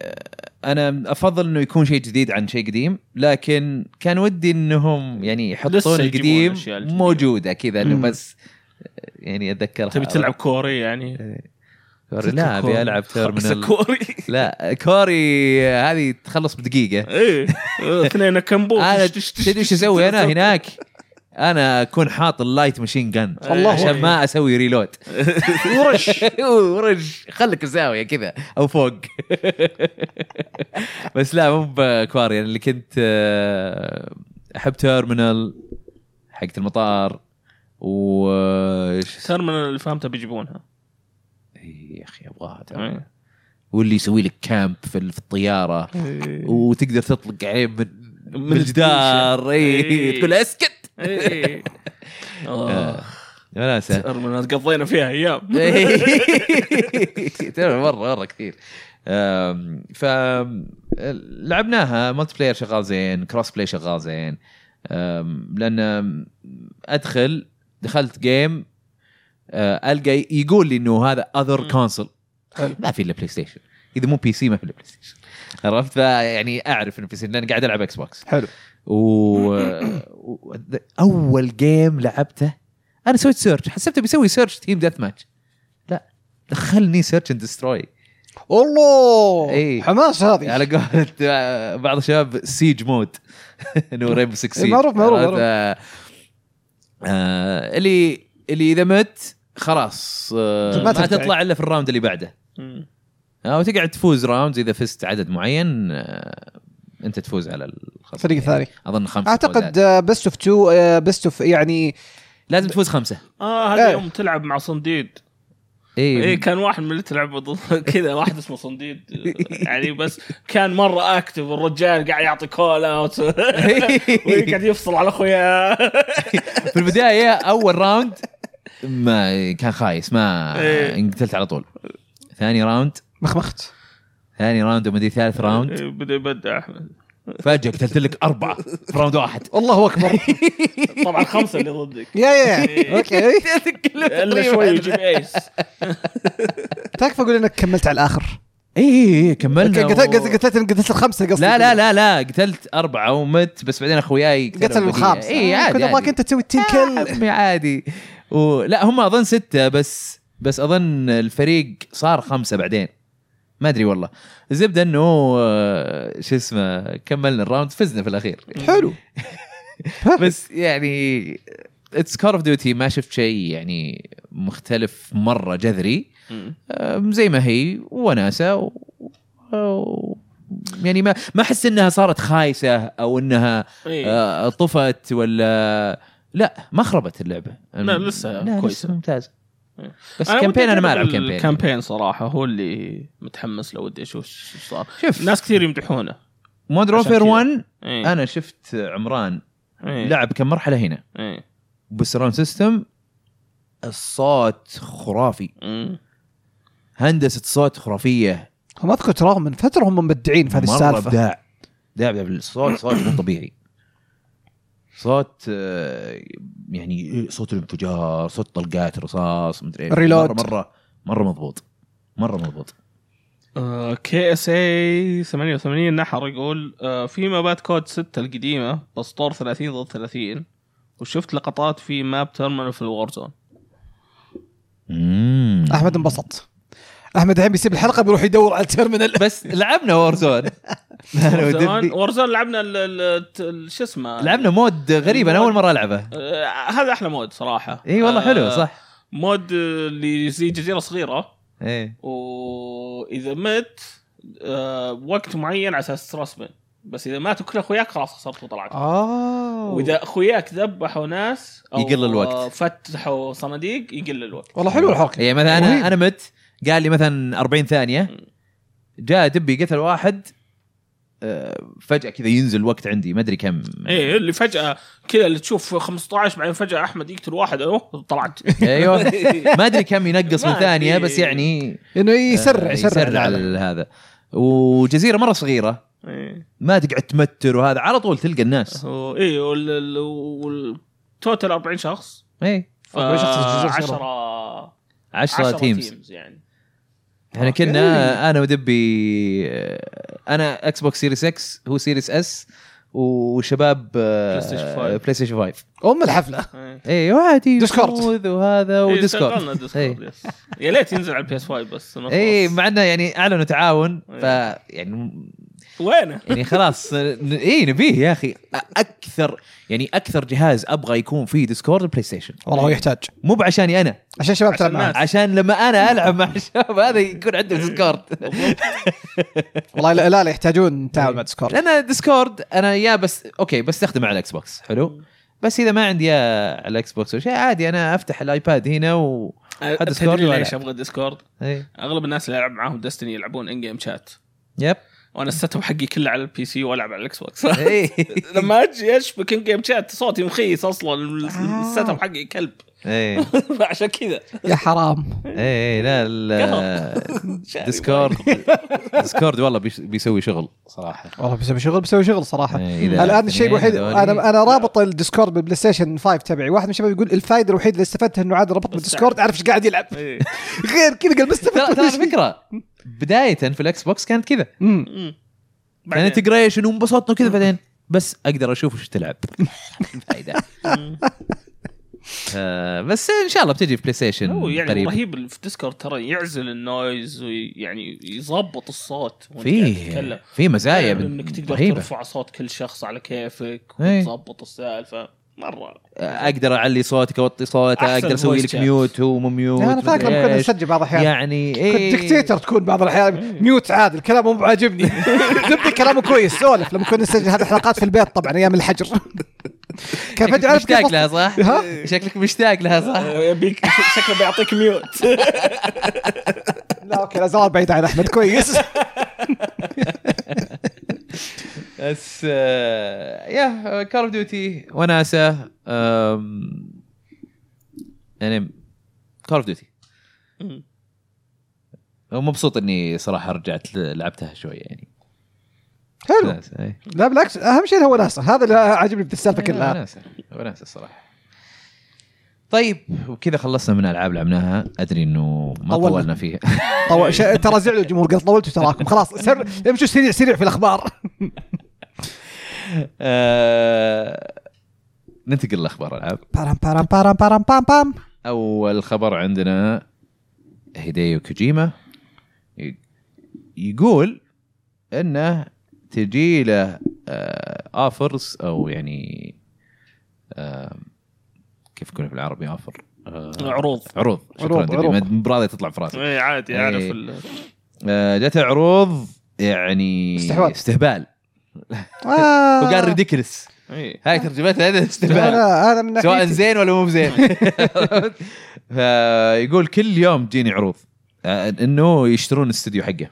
[SPEAKER 1] انا افضل انه يكون شيء جديد عن شيء قديم لكن كان ودي انهم يعني
[SPEAKER 3] لسه
[SPEAKER 1] يحطون
[SPEAKER 3] يجيبون
[SPEAKER 1] القديم
[SPEAKER 3] الأشياء الجديدة.
[SPEAKER 1] موجوده كذا انه
[SPEAKER 2] مم.
[SPEAKER 1] بس يعني اتذكرها
[SPEAKER 3] تبي تلعب كوري يعني
[SPEAKER 1] لا ابي العب تيرمينال
[SPEAKER 3] خمسة كوري
[SPEAKER 1] لا كوري هذه تخلص بدقيقه
[SPEAKER 3] ايه اثنين كمبو
[SPEAKER 1] انا
[SPEAKER 3] تش- تش-
[SPEAKER 1] تدري ايش اسوي انا هناك انا اكون حاط اللايت ماشين جن
[SPEAKER 3] إيه.
[SPEAKER 2] الله
[SPEAKER 1] عشان ما اسوي ريلود
[SPEAKER 2] ورش
[SPEAKER 1] ورج خلك زاويه كذا او فوق بس لا مو بكواري انا اللي كنت آه، احب تيرمينال حقت المطار و آه، إيش اسمه؟
[SPEAKER 3] تيرمينال اللي فهمته بيجيبونها
[SPEAKER 1] إي يا اخي ابغاها ترى.
[SPEAKER 3] إيه.
[SPEAKER 1] واللي يسوي لك كامب في ال- في الطياره
[SPEAKER 3] إيه.
[SPEAKER 1] وتقدر تطلق عين إيه. من من الجدار اي
[SPEAKER 3] إيه.
[SPEAKER 1] تقول له اسكت
[SPEAKER 3] إيه. آه.
[SPEAKER 1] وناسه
[SPEAKER 3] تيرمينال قضينا فيها ايام
[SPEAKER 1] إيه. ترى مره مره كثير أم، ف لعبناها ملتي بلاير شغال زين كروس بلاي شغال زين أم، لان أم، ادخل دخلت جيم أه، القى آه، يقول لي انه هذا اذر
[SPEAKER 3] مم.
[SPEAKER 1] كونسل
[SPEAKER 3] حلو.
[SPEAKER 1] ما في الا بلاي ستيشن اذا مو بي سي ما في الا بلاي ستيشن عرفت فيعني اعرف انه بلاي ستيشن لان قاعد العب اكس بوكس
[SPEAKER 2] حلو
[SPEAKER 1] و... و... اول جيم لعبته انا سويت سيرش حسبته بيسوي سيرش تيم ديث ماتش لا دخلني سيرش اند دستروي
[SPEAKER 2] الله
[SPEAKER 1] إيه.
[SPEAKER 2] حماس هذه
[SPEAKER 1] على قولة آه، بعض الشباب سيج مود انه ريب 6
[SPEAKER 2] إيه، معروف- معروف- معروف.
[SPEAKER 1] آه، اللي اللي اذا مت خلاص آه،
[SPEAKER 2] ما
[SPEAKER 1] ما
[SPEAKER 2] ترجع.
[SPEAKER 1] تطلع الا في الراوند اللي بعده
[SPEAKER 3] مم.
[SPEAKER 1] آه، وتقعد تفوز راوندز اذا فزت عدد معين آه، انت تفوز على الخصم
[SPEAKER 2] فريق ثاني
[SPEAKER 1] اظن خمسه فوزات.
[SPEAKER 2] اعتقد بيست اوف تو بيست اوف يعني
[SPEAKER 1] لازم تفوز خمسه
[SPEAKER 3] اه هذا
[SPEAKER 2] إيه.
[SPEAKER 3] يوم تلعب مع صنديد اي
[SPEAKER 1] اي
[SPEAKER 3] إيه، كان واحد من اللي تلعب ضد كذا واحد اسمه صنديد يعني بس كان مره اكتف الرجال قاعد يعطي كول اوت وقاعد يفصل على اخوياه
[SPEAKER 1] في البدايه اول راوند ما كان خايس ما
[SPEAKER 3] إيه.
[SPEAKER 1] انقتلت على طول ثاني راوند
[SPEAKER 2] مخمخت
[SPEAKER 1] ثاني راوند وما ادري ثالث راوند
[SPEAKER 3] بدا يبدع احمد
[SPEAKER 1] فجاه قتلت لك اربعه في راوند واحد
[SPEAKER 2] الله اكبر
[SPEAKER 3] طبعا خمسه اللي ضدك
[SPEAKER 2] يا
[SPEAKER 1] إيه.
[SPEAKER 2] يا اوكي
[SPEAKER 1] طيب.
[SPEAKER 3] الا شوي يجيب ايس
[SPEAKER 2] تكفى اقول انك كملت على الاخر
[SPEAKER 1] اي اي اي إيه، كملنا
[SPEAKER 2] قتلت
[SPEAKER 1] و-
[SPEAKER 2] قتلت قتلت الخمسه قصدي
[SPEAKER 1] لا لا لا لا قتلت اربعه ومت بس بعدين اخوياي قتلوا
[SPEAKER 2] قتل آه،
[SPEAKER 1] بديع.
[SPEAKER 2] الخامسه
[SPEAKER 1] اي إيه، عادي
[SPEAKER 2] كنت ابغاك
[SPEAKER 1] عادي.
[SPEAKER 2] انت تسوي التيم
[SPEAKER 1] يا
[SPEAKER 2] كل
[SPEAKER 1] عمي عادي ولا هم اظن سته بس بس اظن الفريق صار خمسه بعدين ما ادري والله الزبده انه آه، شو اسمه كملنا الراوند فزنا في الاخير
[SPEAKER 2] حلو
[SPEAKER 1] بس يعني اتس كول اوف ديوتي ما شفت شيء يعني مختلف مره جذري آم، زي ما هي وناسه و... و... يعني ما ما احس انها صارت خايسه او انها
[SPEAKER 3] إيه.
[SPEAKER 1] آه، طفت ولا لا ما خربت اللعبه
[SPEAKER 3] لا، لسه
[SPEAKER 1] لا
[SPEAKER 3] كويسة.
[SPEAKER 1] لسه ممتازه
[SPEAKER 3] إيه.
[SPEAKER 1] بس
[SPEAKER 3] ودي
[SPEAKER 1] كامبين انا ما العب
[SPEAKER 3] أجرب
[SPEAKER 1] كامبين
[SPEAKER 3] الكامبين صراحه هو اللي متحمس له ودي اشوف شو صار
[SPEAKER 1] شوف.
[SPEAKER 3] ناس كثير يمدحونه
[SPEAKER 1] مود
[SPEAKER 3] عشان
[SPEAKER 1] وفير
[SPEAKER 3] كذا.
[SPEAKER 1] 1
[SPEAKER 3] إيه.
[SPEAKER 1] انا شفت عمران
[SPEAKER 3] إيه.
[SPEAKER 1] لعب كم مرحله هنا
[SPEAKER 3] إيه.
[SPEAKER 1] بالسراوند سيستم الصوت خرافي
[SPEAKER 3] مم.
[SPEAKER 1] هندسه صوت خرافيه
[SPEAKER 2] هم اذكر تراهم من فتره هم مبدعين في هذه
[SPEAKER 1] مرة
[SPEAKER 2] السالفه
[SPEAKER 1] ابداع ابداع ابداع الصوت صوت مو طبيعي صوت آه، يعني صوت الانفجار صوت طلقات رصاص مدري إيه.
[SPEAKER 2] الريلود.
[SPEAKER 1] مره مره مره مضبوط مره مضبوط
[SPEAKER 3] كي اس اي 88 نحر يقول آه، في مابات كود 6 القديمه بسطور 30 ضد 30 وشفت لقطات في ماب تيرمينال في الورزون
[SPEAKER 1] مم.
[SPEAKER 2] احمد انبسط احمد الحين بيسيب الحلقه بيروح يدور على التيرمينال
[SPEAKER 1] بس لعبنا وورزون أنا ودبي.
[SPEAKER 3] ورزون لعبنا ال- ال- ال- شو اسمه
[SPEAKER 1] لعبنا مود غريب انا اول مره العبه
[SPEAKER 3] آه، هذا احلى مود صراحه
[SPEAKER 1] اي والله
[SPEAKER 3] آه،
[SPEAKER 1] حلو صح
[SPEAKER 3] مود آه، اللي زي جزيره صغيره
[SPEAKER 1] ايه
[SPEAKER 3] واذا مت آه، وقت معين على اساس ترسمن بس اذا ماتوا كل اخوياك خلاص خسرت وطلعت
[SPEAKER 2] اه
[SPEAKER 3] واذا اخوياك ذبحوا ناس او
[SPEAKER 1] يقل الوقت.
[SPEAKER 3] آه، فتحوا صناديق يقل الوقت
[SPEAKER 2] والله حلو الحركه
[SPEAKER 1] يعني مثلا انا
[SPEAKER 2] رهيب.
[SPEAKER 1] انا مت قال لي مثلا 40 ثانيه جاء دبي قتل واحد آه، فجاه كذا ينزل وقت عندي ما ادري كم
[SPEAKER 3] ايه اللي فجاه كذا اللي تشوف 15 بعدين فجاه احمد يقتل واحد اوه طلعت إيه.
[SPEAKER 1] ايوه ما ادري كم ينقص من
[SPEAKER 3] ما
[SPEAKER 1] ثانيه
[SPEAKER 3] أدري.
[SPEAKER 1] بس يعني
[SPEAKER 2] انه
[SPEAKER 1] آه،
[SPEAKER 2] يسرع يسرع
[SPEAKER 1] يسرع
[SPEAKER 2] العالم.
[SPEAKER 1] ال- هذا وجزيره مره صغيره
[SPEAKER 3] ايه
[SPEAKER 1] ما تقعد تمتر وهذا على طول تلقى الناس
[SPEAKER 3] هو- ايه وال- ال- والتوتال 40 شخص
[SPEAKER 1] اي
[SPEAKER 3] ف
[SPEAKER 2] 40 شخص في الجزر
[SPEAKER 3] 10
[SPEAKER 1] 10 تيمز
[SPEAKER 3] يعني
[SPEAKER 1] احنا كنا انا ودبي آه، انا اكس بوكس سيريس اكس هو سيريس اس وشباب آه،
[SPEAKER 3] بلاي ستيشن فايف.
[SPEAKER 1] بلاي ستيشن 5
[SPEAKER 2] ام الحفله
[SPEAKER 3] إيه.
[SPEAKER 1] اي وعادي
[SPEAKER 2] ديسكورد.
[SPEAKER 1] خذ وهذا
[SPEAKER 3] إيه،
[SPEAKER 1] وديسكورد
[SPEAKER 3] شغلنا ديسكورد
[SPEAKER 1] إيه.
[SPEAKER 3] يس. يا ليت ينزل على البي اس 5 بس إنه
[SPEAKER 1] اي
[SPEAKER 3] خلاص.
[SPEAKER 1] مع انه يعني اعلنوا تعاون
[SPEAKER 3] إيه.
[SPEAKER 1] ف يعني
[SPEAKER 3] وينه؟
[SPEAKER 1] يعني خلاص ن- اي نبيه يا اخي اكثر يعني اكثر جهاز ابغى يكون فيه ديسكورد بلاي ستيشن
[SPEAKER 2] والله هو يحتاج
[SPEAKER 1] مو بعشاني انا
[SPEAKER 2] عشان شباب
[SPEAKER 3] عشان
[SPEAKER 2] تلعب معاه
[SPEAKER 3] الناس.
[SPEAKER 1] عشان لما انا العب مع الشباب هذا يكون عنده ديسكورد
[SPEAKER 2] والله لا لا, لا
[SPEAKER 1] إيه.
[SPEAKER 2] يحتاجون تعاون مع ديسكورد
[SPEAKER 1] لان ديسكورد انا يا بس اوكي بستخدمه على الاكس بوكس حلو بس اذا ما عندي يا على الاكس بوكس ولا شيء عادي انا افتح الايباد هنا و إيه، حد ديسكورد
[SPEAKER 3] تدري
[SPEAKER 1] ولا
[SPEAKER 3] ليش
[SPEAKER 1] لا؟
[SPEAKER 3] ابغى ديسكورد؟
[SPEAKER 1] إي.
[SPEAKER 3] اغلب الناس اللي العب معاهم دستني يلعبون ان جيم شات
[SPEAKER 1] يب
[SPEAKER 3] وانا السيت حقي كله على البي سي والعب على الاكس بوكس
[SPEAKER 1] إي.
[SPEAKER 3] آه. لما اجي اشبك ان جيم شات صوتي مخيس اصلا السيت حقي كلب
[SPEAKER 1] ايه
[SPEAKER 3] فعشان كذا
[SPEAKER 2] يا حرام
[SPEAKER 1] ايه لا ال- ديسكورد ديسكورد والله بيش- بيسوي شغل صراحه
[SPEAKER 2] والله بيسوي شغل بيسوي شغل صراحه
[SPEAKER 1] إيه، إذا
[SPEAKER 2] الان الشيء
[SPEAKER 1] اثنين
[SPEAKER 2] الوحيد
[SPEAKER 1] هذولي-
[SPEAKER 2] انا انا رابط الديسكورد بالبلاي ستيشن 5 تبعي واحد من الشباب يقول الفائده الوحيده اللي استفدتها انه عاد ربط بالديسكورد اعرف ايش قاعد يلعب
[SPEAKER 3] إيه.
[SPEAKER 2] غير كذا قال
[SPEAKER 1] ترى
[SPEAKER 2] ما استفدت
[SPEAKER 1] ترى
[SPEAKER 2] ولا شيء.
[SPEAKER 1] على فكره بدايه في الاكس بوكس كانت كذا
[SPEAKER 2] أمم.
[SPEAKER 1] كان
[SPEAKER 3] مم. بعدين.
[SPEAKER 1] انتجريشن وانبسطنا وكذا بعدين بس اقدر اشوف وش تلعب فايده
[SPEAKER 3] مم.
[SPEAKER 1] آه، بس ان شاء الله بتجي في بلاي ستيشن
[SPEAKER 3] هو يعني
[SPEAKER 1] قريب
[SPEAKER 3] رهيب اللي في ديسكورد ترى يعزل النويز ويعني يظبط الصوت وانت قاعد
[SPEAKER 1] فيه
[SPEAKER 3] تتكلم.
[SPEAKER 1] في مزايا
[SPEAKER 3] يعني انك
[SPEAKER 1] من-
[SPEAKER 3] تقدر
[SPEAKER 1] رهيبه
[SPEAKER 3] ترفع صوت كل شخص على كيفك
[SPEAKER 1] إيه.
[SPEAKER 3] وتظبط السالفه مره
[SPEAKER 1] آه، اقدر اعلي صوتك اوطي صوتك
[SPEAKER 3] أحسن
[SPEAKER 1] اقدر اسوي
[SPEAKER 3] voice
[SPEAKER 1] لك
[SPEAKER 3] chat.
[SPEAKER 1] ميوت هو مو ميوت
[SPEAKER 2] انا فاكر
[SPEAKER 1] مدري
[SPEAKER 2] كنا
[SPEAKER 1] إيش.
[SPEAKER 2] نسجل بعض الاحيان
[SPEAKER 1] يعني
[SPEAKER 2] كنت
[SPEAKER 1] ايه
[SPEAKER 2] دكتاتر تكون بعض الاحيان ميوت عادي الكلام مو عاجبني تبدي كلامه كويس سولف لما كنا نسجل هذه الحلقات في البيت طبعا ايام الحجر كان فجاه
[SPEAKER 1] شكلك
[SPEAKER 2] عرفت كيف
[SPEAKER 1] مشتاق
[SPEAKER 2] أصلاً.
[SPEAKER 1] لها صح؟
[SPEAKER 2] ها؟
[SPEAKER 1] شكلك مشتاق لها صح؟
[SPEAKER 3] آه، يبيك شكله بيعطيك ميوت
[SPEAKER 2] لا اوكي لا زال بعيد عن احمد كويس
[SPEAKER 1] بس آه، يا كار اوف ديوتي وناسه آم، يعني كار اوف ديوتي مبسوط اني صراحه رجعت ل- لعبتها شوي يعني
[SPEAKER 2] حلو
[SPEAKER 1] وناسة، إيه.
[SPEAKER 2] لا بالعكس اهم شيء هو ناسه هذا اللي عاجبني في السالفه
[SPEAKER 1] إيه،
[SPEAKER 2] كلها
[SPEAKER 1] وناسه وناسه الصراحه طيب وكذا خلصنا من العاب لعبناها ادري انه ما
[SPEAKER 2] طولنا.
[SPEAKER 1] طولنا فيها
[SPEAKER 2] طو... ش... ترى زعلوا الجمهور قال طولتوا تراكم خلاص سر... امشوا سريع سريع في الاخبار
[SPEAKER 1] آه، ننتقل لاخبار العاب
[SPEAKER 2] بارام بارام بارام بارام بام بام
[SPEAKER 1] اول خبر عندنا هيديو كوجيما ي- يقول انه تجي له اوفرز او يعني آه، كيف يكون بالعربي اوفر
[SPEAKER 3] عروض
[SPEAKER 1] عروض شكرا
[SPEAKER 2] عروض،
[SPEAKER 1] دبي،
[SPEAKER 2] عروض.
[SPEAKER 1] ما- مو براضي تطلع في راسي
[SPEAKER 3] اي عادي
[SPEAKER 1] إيه.
[SPEAKER 3] اعرف ال-
[SPEAKER 1] آه، جته عروض يعني
[SPEAKER 2] استحواذ.
[SPEAKER 1] استهبال
[SPEAKER 2] آه.
[SPEAKER 1] وقال ريديكلس
[SPEAKER 3] إيه.
[SPEAKER 1] هاي ترجمتها هذا استهبال
[SPEAKER 2] انا انا من
[SPEAKER 1] سواء
[SPEAKER 2] ناحيتي
[SPEAKER 1] زين ولا مو بزين فيقول كل يوم تجيني عروض آه، انه يشترون الاستوديو حقه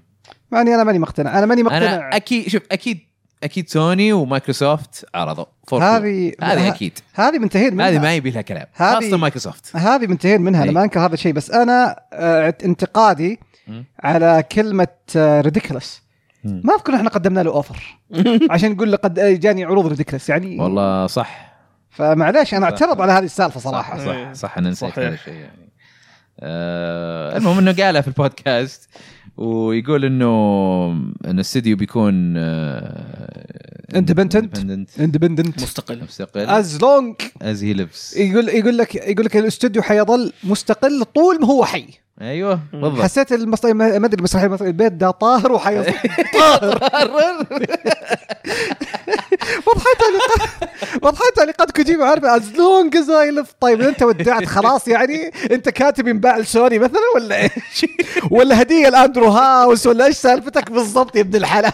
[SPEAKER 2] مع اني انا ماني مقتنع انا ماني
[SPEAKER 1] انا
[SPEAKER 2] مقتنع
[SPEAKER 1] اكيد شوف اكيد اكيد سوني ومايكروسوفت عرضوا for sure.
[SPEAKER 2] هذه
[SPEAKER 1] هذه اكيد
[SPEAKER 2] هذه منتهين منها
[SPEAKER 1] هذه ما إيه. يبي لها كلام
[SPEAKER 2] هذه-
[SPEAKER 1] خاصه مايكروسوفت
[SPEAKER 2] هذه منتهين منها انا
[SPEAKER 1] إي.
[SPEAKER 2] ما انكر هذا الشيء بس انا آه، انتقادي
[SPEAKER 1] مم.
[SPEAKER 2] على كلمه ريديكلس
[SPEAKER 1] مم.
[SPEAKER 2] ما اذكر احنا قدمنا له اوفر عشان نقول لقد آه، جاني عروض ريديكلس يعني
[SPEAKER 1] والله صح
[SPEAKER 2] فمعليش انا
[SPEAKER 1] صح.
[SPEAKER 2] اعترض على هذه السالفه صراحه
[SPEAKER 1] صح صح,
[SPEAKER 3] إيه.
[SPEAKER 1] صح انا نسيت
[SPEAKER 3] صحيح.
[SPEAKER 1] هذا الشيء يعني آه المهم انه قالها في البودكاست ويقول انه ان الاستوديو بيكون آه
[SPEAKER 2] Independent.
[SPEAKER 1] independent،
[SPEAKER 2] اندبندنت
[SPEAKER 3] مستقل
[SPEAKER 1] مستقل
[SPEAKER 2] از لونج
[SPEAKER 1] از هي لبس
[SPEAKER 2] يقول يقول لك يقول لك الاستوديو حيظل مستقل طول ما هو حي
[SPEAKER 1] ايوه بالضبط
[SPEAKER 2] حسيت المص... ما ما ادري المسرحيه المصرية، البيت ده طاهر وحيظل
[SPEAKER 1] إيه.
[SPEAKER 2] طاهر وضحيت على وضحيت على قد كوجيما عارف از لونج از اي لف طيب انت ودعت خلاص يعني انت كاتب ينباع لسوني مثلا ولا ايش؟ ولا هديه لاندرو هاوس ولا ايش سالفتك بالضبط يا ابن الحلال؟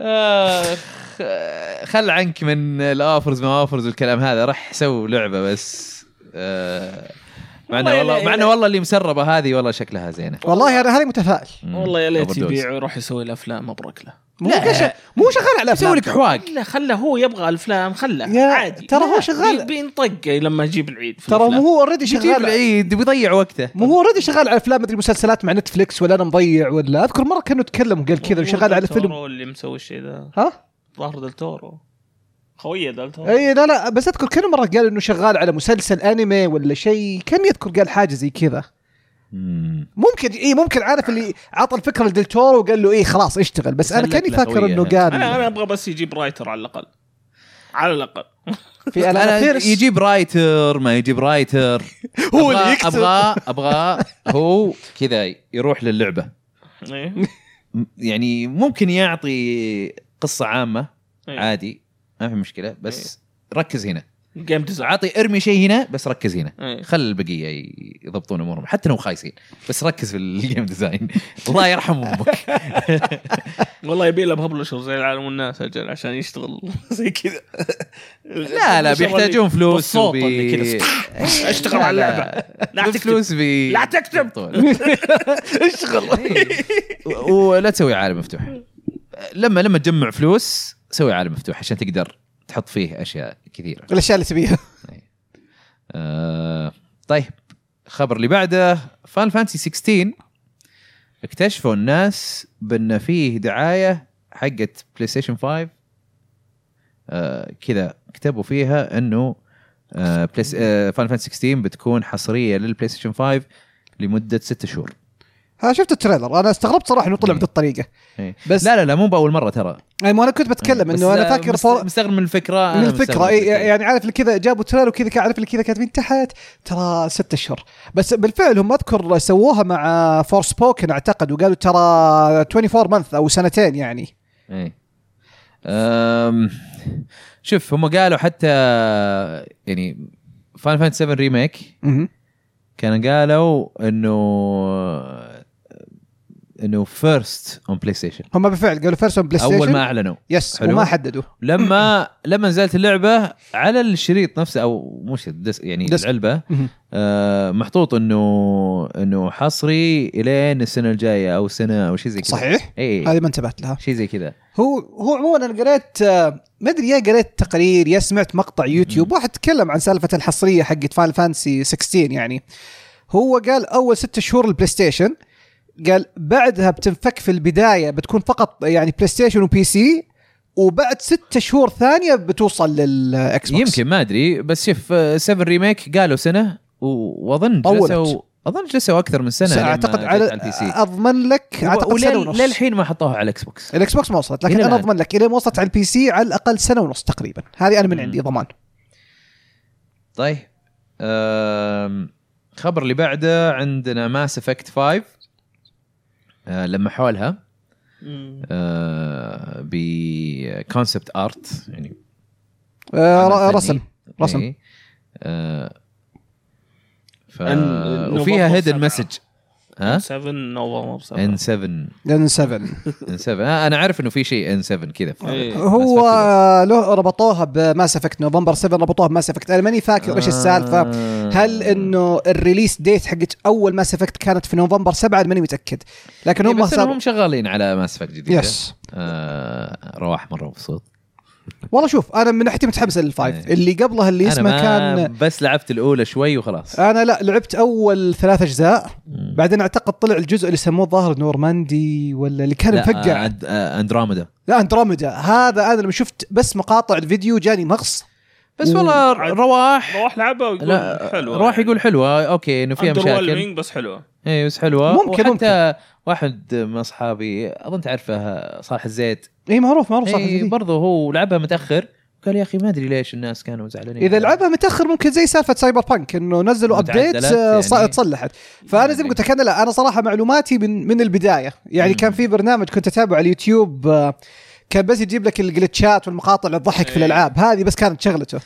[SPEAKER 1] آخ، آه، خل عنك من الاوفرز ما اوفرز والكلام هذا رح سووا لعبه بس آه، مع انه
[SPEAKER 3] والله
[SPEAKER 1] والله
[SPEAKER 3] لا-
[SPEAKER 1] مع انه
[SPEAKER 3] لا.
[SPEAKER 1] والله اللي مسربه هذه والله شكلها زينه
[SPEAKER 2] والله انا هذه متفائل
[SPEAKER 1] مم،
[SPEAKER 3] والله يا ليت
[SPEAKER 1] overdose.
[SPEAKER 3] يبيع ويروح يسوي الافلام ابرك له
[SPEAKER 2] مو
[SPEAKER 1] لا.
[SPEAKER 2] قش- مو شغال على
[SPEAKER 1] يسوي
[SPEAKER 2] أفلام.
[SPEAKER 1] لك حواق
[SPEAKER 3] لا خله هو يبغى الافلام خله
[SPEAKER 2] يا-
[SPEAKER 3] عادي
[SPEAKER 2] ترى هو
[SPEAKER 3] لا،
[SPEAKER 2] شغال.
[SPEAKER 3] بي- بينطق لما يجيب العيد في
[SPEAKER 2] ترى
[SPEAKER 3] الأفلام.
[SPEAKER 2] مو هو اوريدي
[SPEAKER 1] يجيب
[SPEAKER 2] شغال
[SPEAKER 1] العيد بيضيع وقته
[SPEAKER 2] مو هو اوريدي شغال على افلام مدري مسلسلات مع نتفلكس ولا انا مضيع ولا اذكر مره كانه تكلم وقال كذا وشغال على
[SPEAKER 3] دلتورو
[SPEAKER 2] فيلم
[SPEAKER 3] اللي مسوي الشيء ذا
[SPEAKER 2] ها؟
[SPEAKER 3] ظهر دلتورو خويه دلتورو
[SPEAKER 2] اي لا لا بس اذكر كانه مره قال انه شغال على مسلسل انمي ولا شيء كان يذكر قال حاجه زي كذا
[SPEAKER 1] مم.
[SPEAKER 2] ممكن اي ممكن عارف اللي عطى الفكره لدلتورو وقال له اي خلاص اشتغل بس انا
[SPEAKER 1] سلك
[SPEAKER 2] كاني
[SPEAKER 1] له
[SPEAKER 2] فاكر
[SPEAKER 1] خوية
[SPEAKER 2] انه
[SPEAKER 1] هذا.
[SPEAKER 2] قال
[SPEAKER 3] انا انا ابغى بس يجيب رايتر على الاقل على الاقل
[SPEAKER 2] في انا
[SPEAKER 1] انا
[SPEAKER 2] فيرس
[SPEAKER 1] يجيب رايتر ما يجيب رايتر
[SPEAKER 2] هو اللي
[SPEAKER 1] أبغى-
[SPEAKER 2] يكتب.
[SPEAKER 1] ابغى ابغى هو كذا يروح للعبه
[SPEAKER 3] إيه.
[SPEAKER 1] م- يعني ممكن يعطي قصه عامه
[SPEAKER 3] إيه.
[SPEAKER 1] عادي ما في مشكله بس ركز هنا
[SPEAKER 3] جيم ديزاين
[SPEAKER 1] عاطي ارمي شيء هنا بس ركز هنا
[SPEAKER 3] إيه.
[SPEAKER 1] خل البقيه ي- يضبطون امورهم حتى لو خايسين بس ركز في الجيم ديزاين الله يرحم امك
[SPEAKER 3] والله يبي له ببلشر زي العالم والناس اجل عشان يشتغل زي كذا
[SPEAKER 1] لا لا بيحتاجون فلوس
[SPEAKER 3] بالصوت اللي كذا اشتغل على اللعبه لا
[SPEAKER 1] لا
[SPEAKER 3] تكتب.
[SPEAKER 1] فلوس بي
[SPEAKER 3] لا تكتب.
[SPEAKER 1] يضبطون.
[SPEAKER 3] اشتغل
[SPEAKER 1] و- ولا تسوي عالم مفتوح لما لما تجمع فلوس سوي عالم مفتوح عشان تقدر تحط فيه اشياء كثيره
[SPEAKER 2] الاشياء اللي تبيها
[SPEAKER 1] آه طيب الخبر اللي بعده فان فانسي 16 اكتشفوا الناس بان فيه دعايه حقت بلاي ستيشن 5 آه كذا كتبوا فيها انه آه بلاس آه فان فانسي 16 بتكون حصريه للبلاي ستيشن 5 لمده ست شهور
[SPEAKER 2] ها شفت التريلر انا استغربت صراحه انه طلع
[SPEAKER 1] إيه.
[SPEAKER 2] بهذه الطريقه
[SPEAKER 1] إيه.
[SPEAKER 2] بس
[SPEAKER 1] لا لا لا مو باول مره ترى
[SPEAKER 2] يعني ما انا كنت بتكلم
[SPEAKER 1] بس
[SPEAKER 2] انه انا
[SPEAKER 1] لا،
[SPEAKER 2] فاكر
[SPEAKER 1] مست-
[SPEAKER 2] فور-
[SPEAKER 1] مستغرب من الفكره
[SPEAKER 2] من
[SPEAKER 1] أنا
[SPEAKER 2] الفكره
[SPEAKER 1] مستغرب
[SPEAKER 2] إيه
[SPEAKER 1] من الفكرة.
[SPEAKER 2] يعني عارف اللي كذا جابوا تريلر وكذا كا- عارف اللي كذا كاتبين تحت ترى ستة اشهر بس بالفعل هم اذكر سووها مع فور سبوكن اعتقد وقالوا ترى 24 مانث او سنتين يعني
[SPEAKER 1] ايه أم شوف هم قالوا حتى يعني فان فانت 7 ريميك
[SPEAKER 2] مهم.
[SPEAKER 1] كانوا قالوا انه انه فيرست اون بلاي ستيشن
[SPEAKER 2] هم بالفعل قالوا فيرست بلاي ستيشن
[SPEAKER 1] اول ما اعلنوا
[SPEAKER 2] يس
[SPEAKER 1] حلو.
[SPEAKER 2] وما حددوا
[SPEAKER 1] لما لما نزلت اللعبه على الشريط نفسه او مش الدس يعني
[SPEAKER 2] ديسك.
[SPEAKER 1] العلبه
[SPEAKER 2] مهم.
[SPEAKER 1] آه محطوط انه انه حصري الين السنه الجايه او سنه او شيء زي كذا
[SPEAKER 2] صحيح
[SPEAKER 1] اي
[SPEAKER 2] هذه ما انتبهت لها
[SPEAKER 1] شيء زي كذا
[SPEAKER 2] هو هو عموما انا قريت آه، ما ادري يا قريت تقرير يا سمعت مقطع يوتيوب واحد تكلم عن سالفه الحصريه حقت فاينل فانسي 16 يعني هو قال اول ست شهور البلاي ستيشن قال بعدها بتنفك في البدايه بتكون فقط يعني بلاي ستيشن وبي سي وبعد ست شهور ثانيه بتوصل للاكس بوكس
[SPEAKER 1] يمكن ما ادري بس شوف 7 ريميك قالوا سنه و- واظن
[SPEAKER 2] طولت.
[SPEAKER 1] جلسوا اظن جلسوا اكثر من سنه
[SPEAKER 2] اعتقد على,
[SPEAKER 1] على البي سي
[SPEAKER 2] اضمن لك اعتقد سنه ونص
[SPEAKER 1] للحين ما حطوها على الاكس بوكس
[SPEAKER 2] الاكس بوكس ما وصلت لكن
[SPEAKER 1] إلى
[SPEAKER 2] انا
[SPEAKER 1] الآن.
[SPEAKER 2] اضمن لك الين وصلت على البي سي على الاقل سنه ونص تقريبا هذه انا من
[SPEAKER 1] مم.
[SPEAKER 2] عندي ضمان
[SPEAKER 1] طيب أم، الخبر اللي بعده عندنا ماس افكت 5 أه، لمحوا لها
[SPEAKER 3] مم.
[SPEAKER 1] أه، بكونسبت ارت يعني
[SPEAKER 2] آه،
[SPEAKER 1] عمل
[SPEAKER 2] ر-
[SPEAKER 1] فني.
[SPEAKER 2] رسم رسم.
[SPEAKER 1] إيه. أه، ف...
[SPEAKER 3] إن-
[SPEAKER 1] وفيها
[SPEAKER 3] نوفمبر
[SPEAKER 1] هيدن
[SPEAKER 3] سبعة.
[SPEAKER 1] مسج ها
[SPEAKER 3] 7 نوفمبر 7
[SPEAKER 1] ان 7
[SPEAKER 2] لان 7
[SPEAKER 1] ان 7 آه انا عارف انه في شيء ان 7 كذا في-
[SPEAKER 3] إيه.
[SPEAKER 2] هو
[SPEAKER 1] بس فكر.
[SPEAKER 2] له ربطوها بماس افكت نوفمبر 7 ربطوها بماس افكت انا ماني فاكر ايش
[SPEAKER 1] آه.
[SPEAKER 2] السالفه هل
[SPEAKER 1] إيه،
[SPEAKER 2] انه الريليس ديت حقت اول ماس افكت كانت في نوفمبر 7 أنا ماني متاكد لكن
[SPEAKER 1] إيه
[SPEAKER 2] هم
[SPEAKER 1] بس
[SPEAKER 2] صار
[SPEAKER 1] هم شغالين على ماس افكت جديده
[SPEAKER 2] يس
[SPEAKER 1] آه رواح مره مبسوط
[SPEAKER 2] والله شوف انا من ناحيتي متحمس للفايف
[SPEAKER 1] إيه.
[SPEAKER 2] اللي قبلها اللي
[SPEAKER 1] انا
[SPEAKER 2] اسمه
[SPEAKER 1] ما
[SPEAKER 2] كان
[SPEAKER 1] كان بس لعبت الاولى شوي وخلاص
[SPEAKER 2] انا لا لعبت اول ثلاث اجزاء
[SPEAKER 1] مم.
[SPEAKER 2] بعدين اعتقد طلع الجزء اللي سموه ظاهر نورماندي ولا اللي كان
[SPEAKER 1] لا،
[SPEAKER 2] مفقع
[SPEAKER 1] آه، أند- آه، اندروميدا
[SPEAKER 2] لا اندروميدا هذا انا لما شفت بس مقاطع الفيديو جاني مغص
[SPEAKER 1] بس
[SPEAKER 2] و-
[SPEAKER 1] والله
[SPEAKER 3] عاد-
[SPEAKER 1] رواح
[SPEAKER 3] روح لعبها
[SPEAKER 1] لا
[SPEAKER 3] ويقول حلوه
[SPEAKER 1] رواح يقول حلوه اوكي انه فيها مشاكل
[SPEAKER 3] Underwhelming بس حلوه
[SPEAKER 1] اي بس حلوه
[SPEAKER 2] ممكن-
[SPEAKER 1] وحتى
[SPEAKER 2] ممكن.
[SPEAKER 1] واحد من اصحابي اظن تعرفه صالح الزيت
[SPEAKER 2] اي إيه، معروف معروف صح
[SPEAKER 1] اي
[SPEAKER 2] الفيديو.
[SPEAKER 1] برضه هو لعبها متاخر قال يا اخي ما ادري ليش الناس كانوا زعلانين
[SPEAKER 2] اذا لعبها متاخر ممكن زي سالفه سايبر بانك انه نزلوا ابديت
[SPEAKER 1] متعدلات
[SPEAKER 2] يعني
[SPEAKER 1] يعني.
[SPEAKER 2] تصلحت فانا زي ما
[SPEAKER 1] يعني.
[SPEAKER 2] قلت لك انا لا انا صراحه معلوماتي من من البدايه يعني
[SPEAKER 1] مم.
[SPEAKER 2] كان في برنامج كنت اتابعه على اليوتيوب آه، كان بس يجيب لك الجلتشات والمقاطع اللي تضحك في
[SPEAKER 3] إيه.
[SPEAKER 2] الالعاب هذه بس كانت شغلته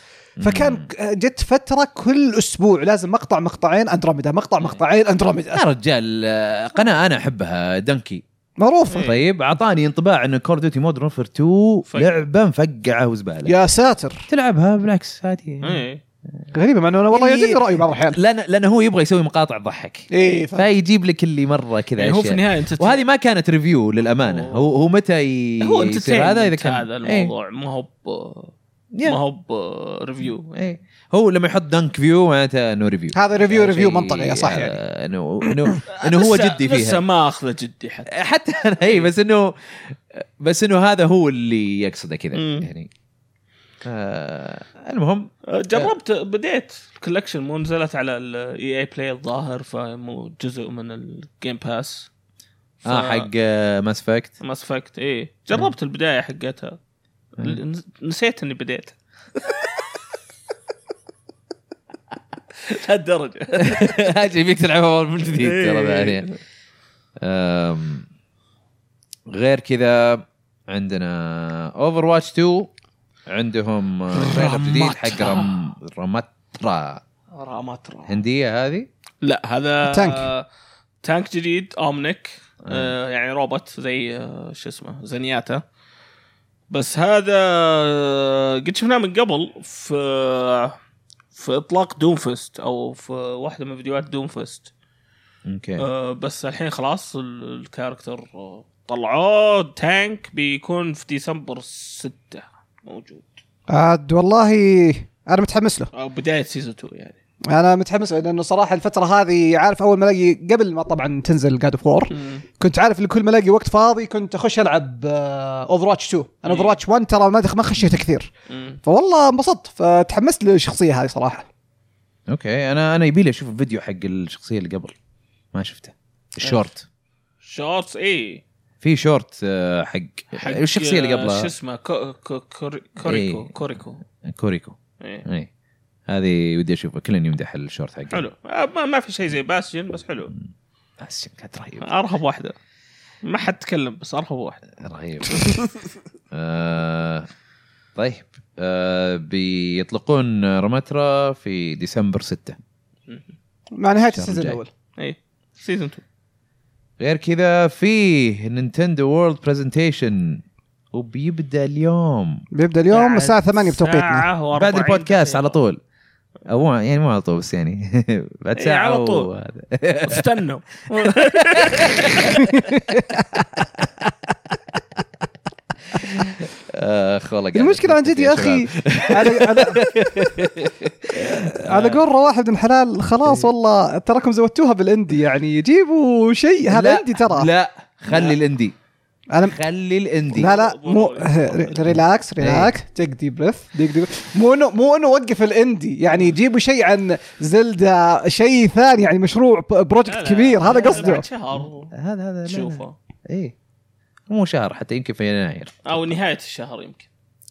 [SPEAKER 2] فكان
[SPEAKER 1] مم.
[SPEAKER 2] آه، جت فتره كل اسبوع لازم مقطع مقطعين اندروميدا مقطع مقطعين اندروميدا
[SPEAKER 1] يا رجال آه، قناه انا احبها دنكي
[SPEAKER 2] معروف
[SPEAKER 3] إيه.
[SPEAKER 1] طيب اعطاني انطباع ان كور دوتي مودرن وفر 2
[SPEAKER 3] فقع.
[SPEAKER 1] لعبه مفقعه وزباله
[SPEAKER 2] يا ساتر
[SPEAKER 1] تلعبها بالعكس عادي يعني
[SPEAKER 3] ايه
[SPEAKER 2] غريبه مع انه انا والله
[SPEAKER 1] إيه.
[SPEAKER 2] يعجبني رايه بعض الاحيان
[SPEAKER 1] لان لان هو يبغى يسوي مقاطع تضحك
[SPEAKER 2] ايه ف-
[SPEAKER 1] فيجيب لك اللي مره كذا
[SPEAKER 3] يعني هو في
[SPEAKER 1] اشياء
[SPEAKER 3] النهايه انت
[SPEAKER 1] وهذه ما كانت ريفيو للامانه
[SPEAKER 3] أوه.
[SPEAKER 1] هو هو متى ي-
[SPEAKER 3] هو
[SPEAKER 1] يصير
[SPEAKER 3] انترتينمنت
[SPEAKER 1] هذا اذا كان
[SPEAKER 3] هذا الموضوع ما هو ب-
[SPEAKER 1] إيه.
[SPEAKER 3] ما هو ب- ريفيو
[SPEAKER 1] إيه. هو لما يحط دنك فيو معناته انه ريفيو
[SPEAKER 2] هذا ريفيو ريفيو
[SPEAKER 1] شيء-
[SPEAKER 2] منطقي صح يعني
[SPEAKER 1] آه، انه انه انه يعني هو
[SPEAKER 3] لسه-
[SPEAKER 1] جدي
[SPEAKER 3] لسه
[SPEAKER 1] فيها
[SPEAKER 3] ما اخذه جدي حتى
[SPEAKER 1] حتى انا
[SPEAKER 3] إيه.
[SPEAKER 1] اي بس انه بس انه هذا هو اللي يقصده كذا
[SPEAKER 3] مم.
[SPEAKER 1] يعني آه المهم
[SPEAKER 3] أه، جربت بديت الكولكشن مو نزلت على الاي اي بلاي الظاهر فمو جزء من الجيم باس ف-
[SPEAKER 1] اه حق ماس فاكت
[SPEAKER 3] ماس فاكت ايه جربت البدايه حقتها ال- نس- نسيت اني بديت لهالدرجه
[SPEAKER 1] اجي فيك تلعبها من جديد
[SPEAKER 3] إيه.
[SPEAKER 1] ترى ثانيه أم، غير كذا عندنا اوفر واتش 2 عندهم آه، تريلر جديد حق رم... رمترا
[SPEAKER 3] راماترا
[SPEAKER 1] هنديه هذه
[SPEAKER 3] لا هذا
[SPEAKER 2] تانك.
[SPEAKER 3] تانك جديد اومنيك آه يعني روبوت زي آه شو اسمه زنياتا بس هذا آه، قد شفناه من قبل في في اطلاق دوم فيست او في واحده من فيديوهات دوم فيست
[SPEAKER 1] اوكي
[SPEAKER 3] آه بس الحين خلاص ال- الكاركتر آه، طلعوه تانك بيكون في ديسمبر 6 موجود
[SPEAKER 2] عاد والله انا متحمس له
[SPEAKER 3] او بدايه سيزون 2 يعني
[SPEAKER 2] انا متحمس له لانه صراحه الفتره هذه عارف اول ما الاقي قبل ما طبعا تنزل جاد اوف وور
[SPEAKER 3] مم.
[SPEAKER 2] كنت عارف ان كل ما الاقي وقت فاضي كنت آه، اخش العب اوفر واتش 2 انا
[SPEAKER 3] مم.
[SPEAKER 2] اوفر واتش 1 ترى ما ما خشيته كثير
[SPEAKER 3] مم.
[SPEAKER 2] فوالله انبسطت فتحمست للشخصيه هذه صراحه
[SPEAKER 1] اوكي انا انا يبي لي اشوف الفيديو حق الشخصيه اللي قبل ما شفته الشورت
[SPEAKER 3] شورتس اي
[SPEAKER 1] في شورت آه، حق,
[SPEAKER 3] حق آه،
[SPEAKER 1] الشخصيه اللي
[SPEAKER 3] شو
[SPEAKER 1] قبلها
[SPEAKER 3] اسمه كو- كو- كوري- كوريكو
[SPEAKER 1] إيه.
[SPEAKER 3] كوريكو
[SPEAKER 1] كوريكو
[SPEAKER 3] إيه.
[SPEAKER 1] اي هذه ودي اشوفها كلنا يمدح الشورت حقه
[SPEAKER 3] حلو آه، ما, ما في شيء زي باسجن بس حلو
[SPEAKER 1] بس كانت آه، رهيب
[SPEAKER 3] ارهب واحده ما حد تكلم بس ارهب واحده
[SPEAKER 1] رهيب آه، طيب آه، بيطلقون رمترا في ديسمبر 6
[SPEAKER 2] مع نهايه
[SPEAKER 1] الشهر
[SPEAKER 2] السيزون
[SPEAKER 1] الجاي.
[SPEAKER 2] الاول
[SPEAKER 3] اي سيزون 2
[SPEAKER 1] غير كذا فيه نينتندو وورلد برزنتيشن وبيبدا اليوم
[SPEAKER 2] بيبدا اليوم الساعه 8 بتوقيتنا
[SPEAKER 1] بعد البودكاست على طول او مو يعني مو على طول بس يعني بعد
[SPEAKER 3] إيه،
[SPEAKER 1] ساعه
[SPEAKER 3] على طول.
[SPEAKER 1] وهذا.
[SPEAKER 3] استنوا
[SPEAKER 1] اخ والله قاعد
[SPEAKER 2] المشكله عن جد يا
[SPEAKER 1] أتكلم
[SPEAKER 2] اخي
[SPEAKER 1] شباب.
[SPEAKER 2] على على على قول رواح بن حلال خلاص والله تراكم زودتوها بالاندي يعني جيبوا شيء هذا
[SPEAKER 1] لا،
[SPEAKER 2] اندي ترى
[SPEAKER 1] لا خلي الاندي
[SPEAKER 2] انا
[SPEAKER 1] خلي الاندي
[SPEAKER 2] لا لا مو ريلاكس ريلاكس تيك دي بريث تيك دي مو انه مو انه وقف الاندي يعني يجيبوا شيء عن زلدا شيء ثاني يعني مشروع ب-
[SPEAKER 3] لا،
[SPEAKER 2] بروجكت
[SPEAKER 3] لا،
[SPEAKER 2] كبير
[SPEAKER 3] لا،
[SPEAKER 2] هذا
[SPEAKER 3] لا،
[SPEAKER 2] قصده
[SPEAKER 3] بعد شهر
[SPEAKER 1] هذا هذا
[SPEAKER 3] تشوفه
[SPEAKER 1] اي مو شهر حتى يمكن في يناير
[SPEAKER 3] او نهايه الشهر يمكن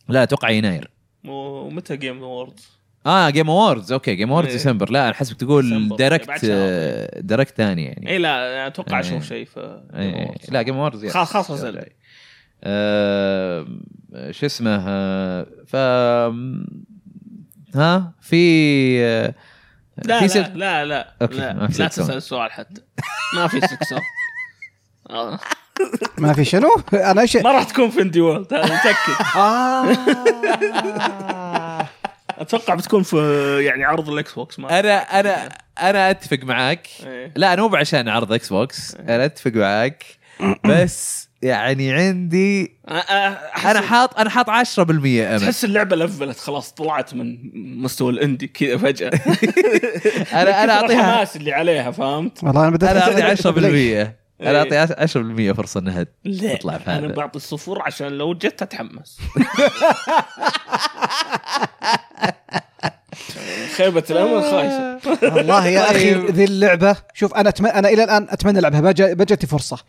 [SPEAKER 1] لا اتوقع يناير
[SPEAKER 3] ومتى جيم اوورد
[SPEAKER 1] اه جيم اووردز اوكي جيم اووردز
[SPEAKER 3] إيه.
[SPEAKER 1] ديسمبر لا انا حسبك
[SPEAKER 3] ديسمبر.
[SPEAKER 1] تقول
[SPEAKER 3] بعد
[SPEAKER 1] دايركت
[SPEAKER 3] شهر. إيه،
[SPEAKER 1] آه، دايركت ثاني يعني
[SPEAKER 3] اي لا أنا اتوقع
[SPEAKER 1] إيه.
[SPEAKER 3] اشوف شيء ف
[SPEAKER 1] إيه. لا جيم اووردز
[SPEAKER 3] خلاص خلاص زلدة.
[SPEAKER 1] آه، شو اسمه آه، ف ها في آه،
[SPEAKER 3] لا
[SPEAKER 1] في
[SPEAKER 3] لا
[SPEAKER 1] سل-
[SPEAKER 3] لا لا
[SPEAKER 1] أوكي،
[SPEAKER 3] لا,
[SPEAKER 1] ما في
[SPEAKER 3] لا
[SPEAKER 1] سكسون.
[SPEAKER 3] تسال السؤال حتى ما في سكسون آه.
[SPEAKER 2] ما في شنو انا ايش
[SPEAKER 3] ما راح تكون في اندي وورلد هذا متاكد
[SPEAKER 2] آه.
[SPEAKER 3] آه. اتوقع بتكون في يعني عرض الاكس بوكس ما
[SPEAKER 1] انا انا انا اتفق معاك
[SPEAKER 3] إيه.
[SPEAKER 1] لا انا مو عشان عرض اكس بوكس انا اتفق معاك بس يعني عندي
[SPEAKER 3] أ- أ- أحس-
[SPEAKER 1] انا حاط انا حاط 10% امل
[SPEAKER 3] تحس اللعبه لفلت خلاص طلعت من مستوى الاندي كذا فجاه
[SPEAKER 1] انا انا اعطيها
[SPEAKER 3] الحماس اللي عليها فهمت؟
[SPEAKER 2] والله انا بدأت
[SPEAKER 1] انا اعطي
[SPEAKER 2] أحس-
[SPEAKER 1] 10% انا
[SPEAKER 3] إيه.
[SPEAKER 1] اعطي 10% فرصه انها
[SPEAKER 3] لا
[SPEAKER 1] تطلع في
[SPEAKER 3] انا
[SPEAKER 1] هذا
[SPEAKER 3] بعطي الصفور عشان لو جت اتحمس خيبة الامل خايسة
[SPEAKER 2] والله يا اخي
[SPEAKER 1] طيب.
[SPEAKER 2] ذي اللعبه شوف انا أتم... انا الى الان اتمنى العبها ما جا- ما جاتي فرصه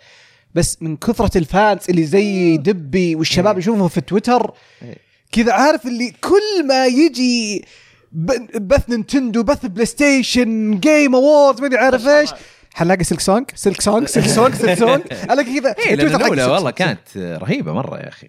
[SPEAKER 2] بس من كثره الفانس اللي زي دبي والشباب
[SPEAKER 1] آه. إيه.
[SPEAKER 2] يشوفهم في تويتر
[SPEAKER 1] إيه.
[SPEAKER 2] كذا عارف اللي كل ما يجي ب- بث نينتندو بث بلاي ستيشن جيم اووردز ماني عارف ايش
[SPEAKER 1] إيه.
[SPEAKER 2] حنلاقي سلك سونج سلك سونج سلك سونج سلك سونج الاقي كذا
[SPEAKER 1] اي لان
[SPEAKER 2] تويتر حق
[SPEAKER 1] الاولى
[SPEAKER 2] سلك
[SPEAKER 1] إيه، والله
[SPEAKER 2] سونج.
[SPEAKER 1] كانت رهيبه مره يا اخي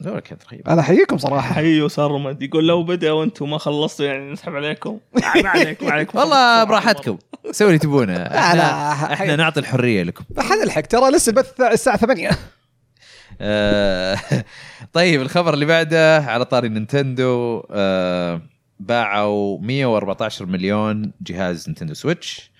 [SPEAKER 1] الاولى كانت رهيبه
[SPEAKER 2] انا احييكم صراحه
[SPEAKER 3] حيو صرمد يقول لو بدا وانتم ما خلصتوا يعني نسحب عليكم ما عليكم ما عليكم
[SPEAKER 1] والله براحتكم سووا اللي تبونه
[SPEAKER 2] لا،
[SPEAKER 1] احنا
[SPEAKER 2] حي-
[SPEAKER 1] احنا نعطي الحريه لكم
[SPEAKER 2] حنلحق ترى لسه البث الساعه 8
[SPEAKER 1] آه، طيب الخبر اللي بعده على طاري نينتندو آه، باعوا 114 مليون جهاز نينتندو سويتش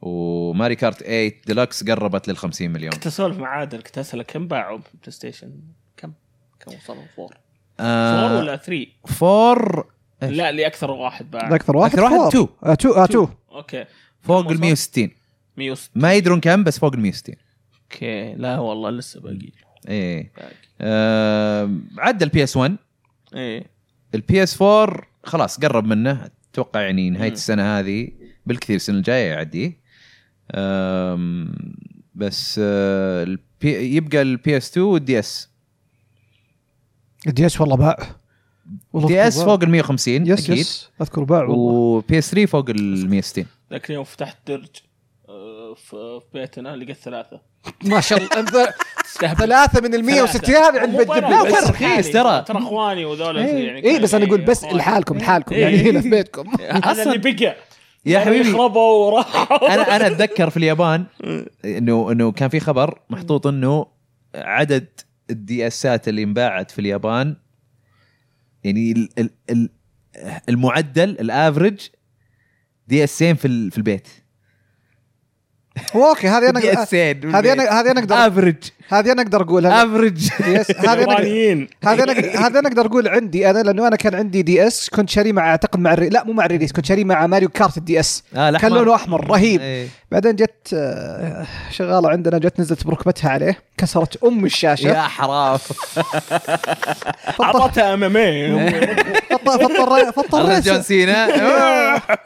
[SPEAKER 1] وماري كارت 8 ديلوكس قربت لل 50 مليون
[SPEAKER 3] كنت اسولف مع عادل كنت اساله كم باعوا بلاي ستيشن كم كم وصلوا فور فور
[SPEAKER 1] آه،
[SPEAKER 3] ولا ثري
[SPEAKER 1] فور إيش؟
[SPEAKER 3] لا لاكثر واحد باع
[SPEAKER 2] اكثر واحد
[SPEAKER 1] أكثر واحد
[SPEAKER 2] فور.
[SPEAKER 1] two.
[SPEAKER 2] آه، two- آه، two.
[SPEAKER 3] اوكي
[SPEAKER 1] فوق
[SPEAKER 3] وصل؟
[SPEAKER 1] ال 160
[SPEAKER 3] 160
[SPEAKER 1] ما يدرون كم بس فوق ال 160
[SPEAKER 3] اوكي لا والله لسه باقي
[SPEAKER 1] ايه
[SPEAKER 3] باقي
[SPEAKER 1] آه، عدى البي اس 1
[SPEAKER 3] ايه
[SPEAKER 1] البي اس 4 خلاص قرب منه اتوقع يعني نهايه
[SPEAKER 3] مم.
[SPEAKER 1] السنه هذه بالكثير السنه الجايه يعديه أم، بس آه، البي- يبقى البي اس 2 والدي اس
[SPEAKER 2] الدي اس والله باع والله
[SPEAKER 1] دي اس
[SPEAKER 2] أذكر باع.
[SPEAKER 1] فوق ال 150
[SPEAKER 2] يس
[SPEAKER 1] اكيد
[SPEAKER 2] يس اذكر باع والله
[SPEAKER 1] وبي اس 3 فوق ال 160
[SPEAKER 3] ذاك اليوم فتحت درج آه، في في بيتنا لقيت ثلاثه
[SPEAKER 2] ما شاء الله انت
[SPEAKER 3] استهبل
[SPEAKER 2] ثلاثه من ال 160 هذه عند بيت
[SPEAKER 1] لا،
[SPEAKER 2] جبل
[SPEAKER 1] وكان
[SPEAKER 2] بس.
[SPEAKER 1] رخيص ترى.
[SPEAKER 3] ترى اخواني وذولا يعني
[SPEAKER 2] اي إيه، بس انا اقول بس
[SPEAKER 3] إخواني.
[SPEAKER 2] لحالكم لحالكم
[SPEAKER 3] إيه.
[SPEAKER 2] يعني هنا في بيتكم
[SPEAKER 3] هذا اللي بقى
[SPEAKER 1] يا
[SPEAKER 3] يعني
[SPEAKER 1] حبيبي
[SPEAKER 3] خربوا وراحوا
[SPEAKER 1] انا انا اتذكر في اليابان انه انه كان في خبر محطوط انه عدد الدي اسات اللي انباعت في اليابان يعني ال ال ال المعدل الافرج دي اسين في ال- في البيت
[SPEAKER 2] هو اوكي هذه انا
[SPEAKER 1] دي أسين
[SPEAKER 2] هذه انا هذه انا اقدر
[SPEAKER 1] افرج
[SPEAKER 2] هذه انا اقدر اقولها
[SPEAKER 1] افرج
[SPEAKER 2] يس هذه انا
[SPEAKER 3] يابانيين
[SPEAKER 2] هذا انا هذا انا اقدر اقول عندي انا لانه انا كان عندي دي اس كنت شاري مع اعتقد مع الري... لا مو مع الريليس كنت شاري مع ماريو كارت الدي اس
[SPEAKER 1] آه، الأحمر.
[SPEAKER 2] كان لونه احمر رهيب
[SPEAKER 1] إيه.
[SPEAKER 2] بعدين جت آه، شغاله عندنا جت نزلت بركبتها عليه كسرت ام الشاشه
[SPEAKER 1] يا حرام
[SPEAKER 2] فاضطر-
[SPEAKER 3] اعطتها امامي
[SPEAKER 2] فاضطر- فاضطر-
[SPEAKER 1] الله جون
[SPEAKER 2] فاضطريت
[SPEAKER 1] سينا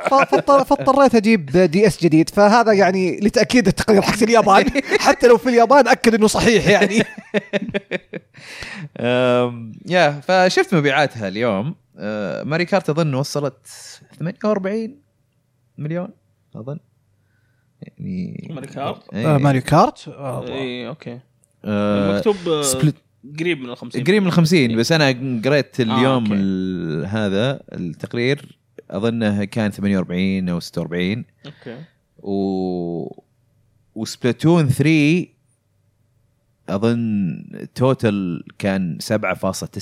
[SPEAKER 2] فاضطر- فاضطريت اجيب دي اس جديد فهذا يعني لتاكيد التقرير حق اليابان حتى لو في اليابان اكد انه صحيح يعني
[SPEAKER 1] إيه. أم، يا فشفت مبيعاتها اليوم أه، ماري كارت اظن وصلت 48 مليون اظن يعني
[SPEAKER 3] ماري كارت؟
[SPEAKER 1] إيه.
[SPEAKER 2] آه، ماريو كارت
[SPEAKER 3] اي اوكي
[SPEAKER 1] أه،
[SPEAKER 3] مكتوب إيه، آه،
[SPEAKER 1] سبلت.
[SPEAKER 3] قريب من ال 50
[SPEAKER 1] قريب من 50 بس انا قريت اليوم
[SPEAKER 3] آه، أوكي.
[SPEAKER 1] ال- هذا التقرير اظنه كان 48 او 46
[SPEAKER 3] اوكي
[SPEAKER 1] و وسبلاتون 3 اظن توتل كان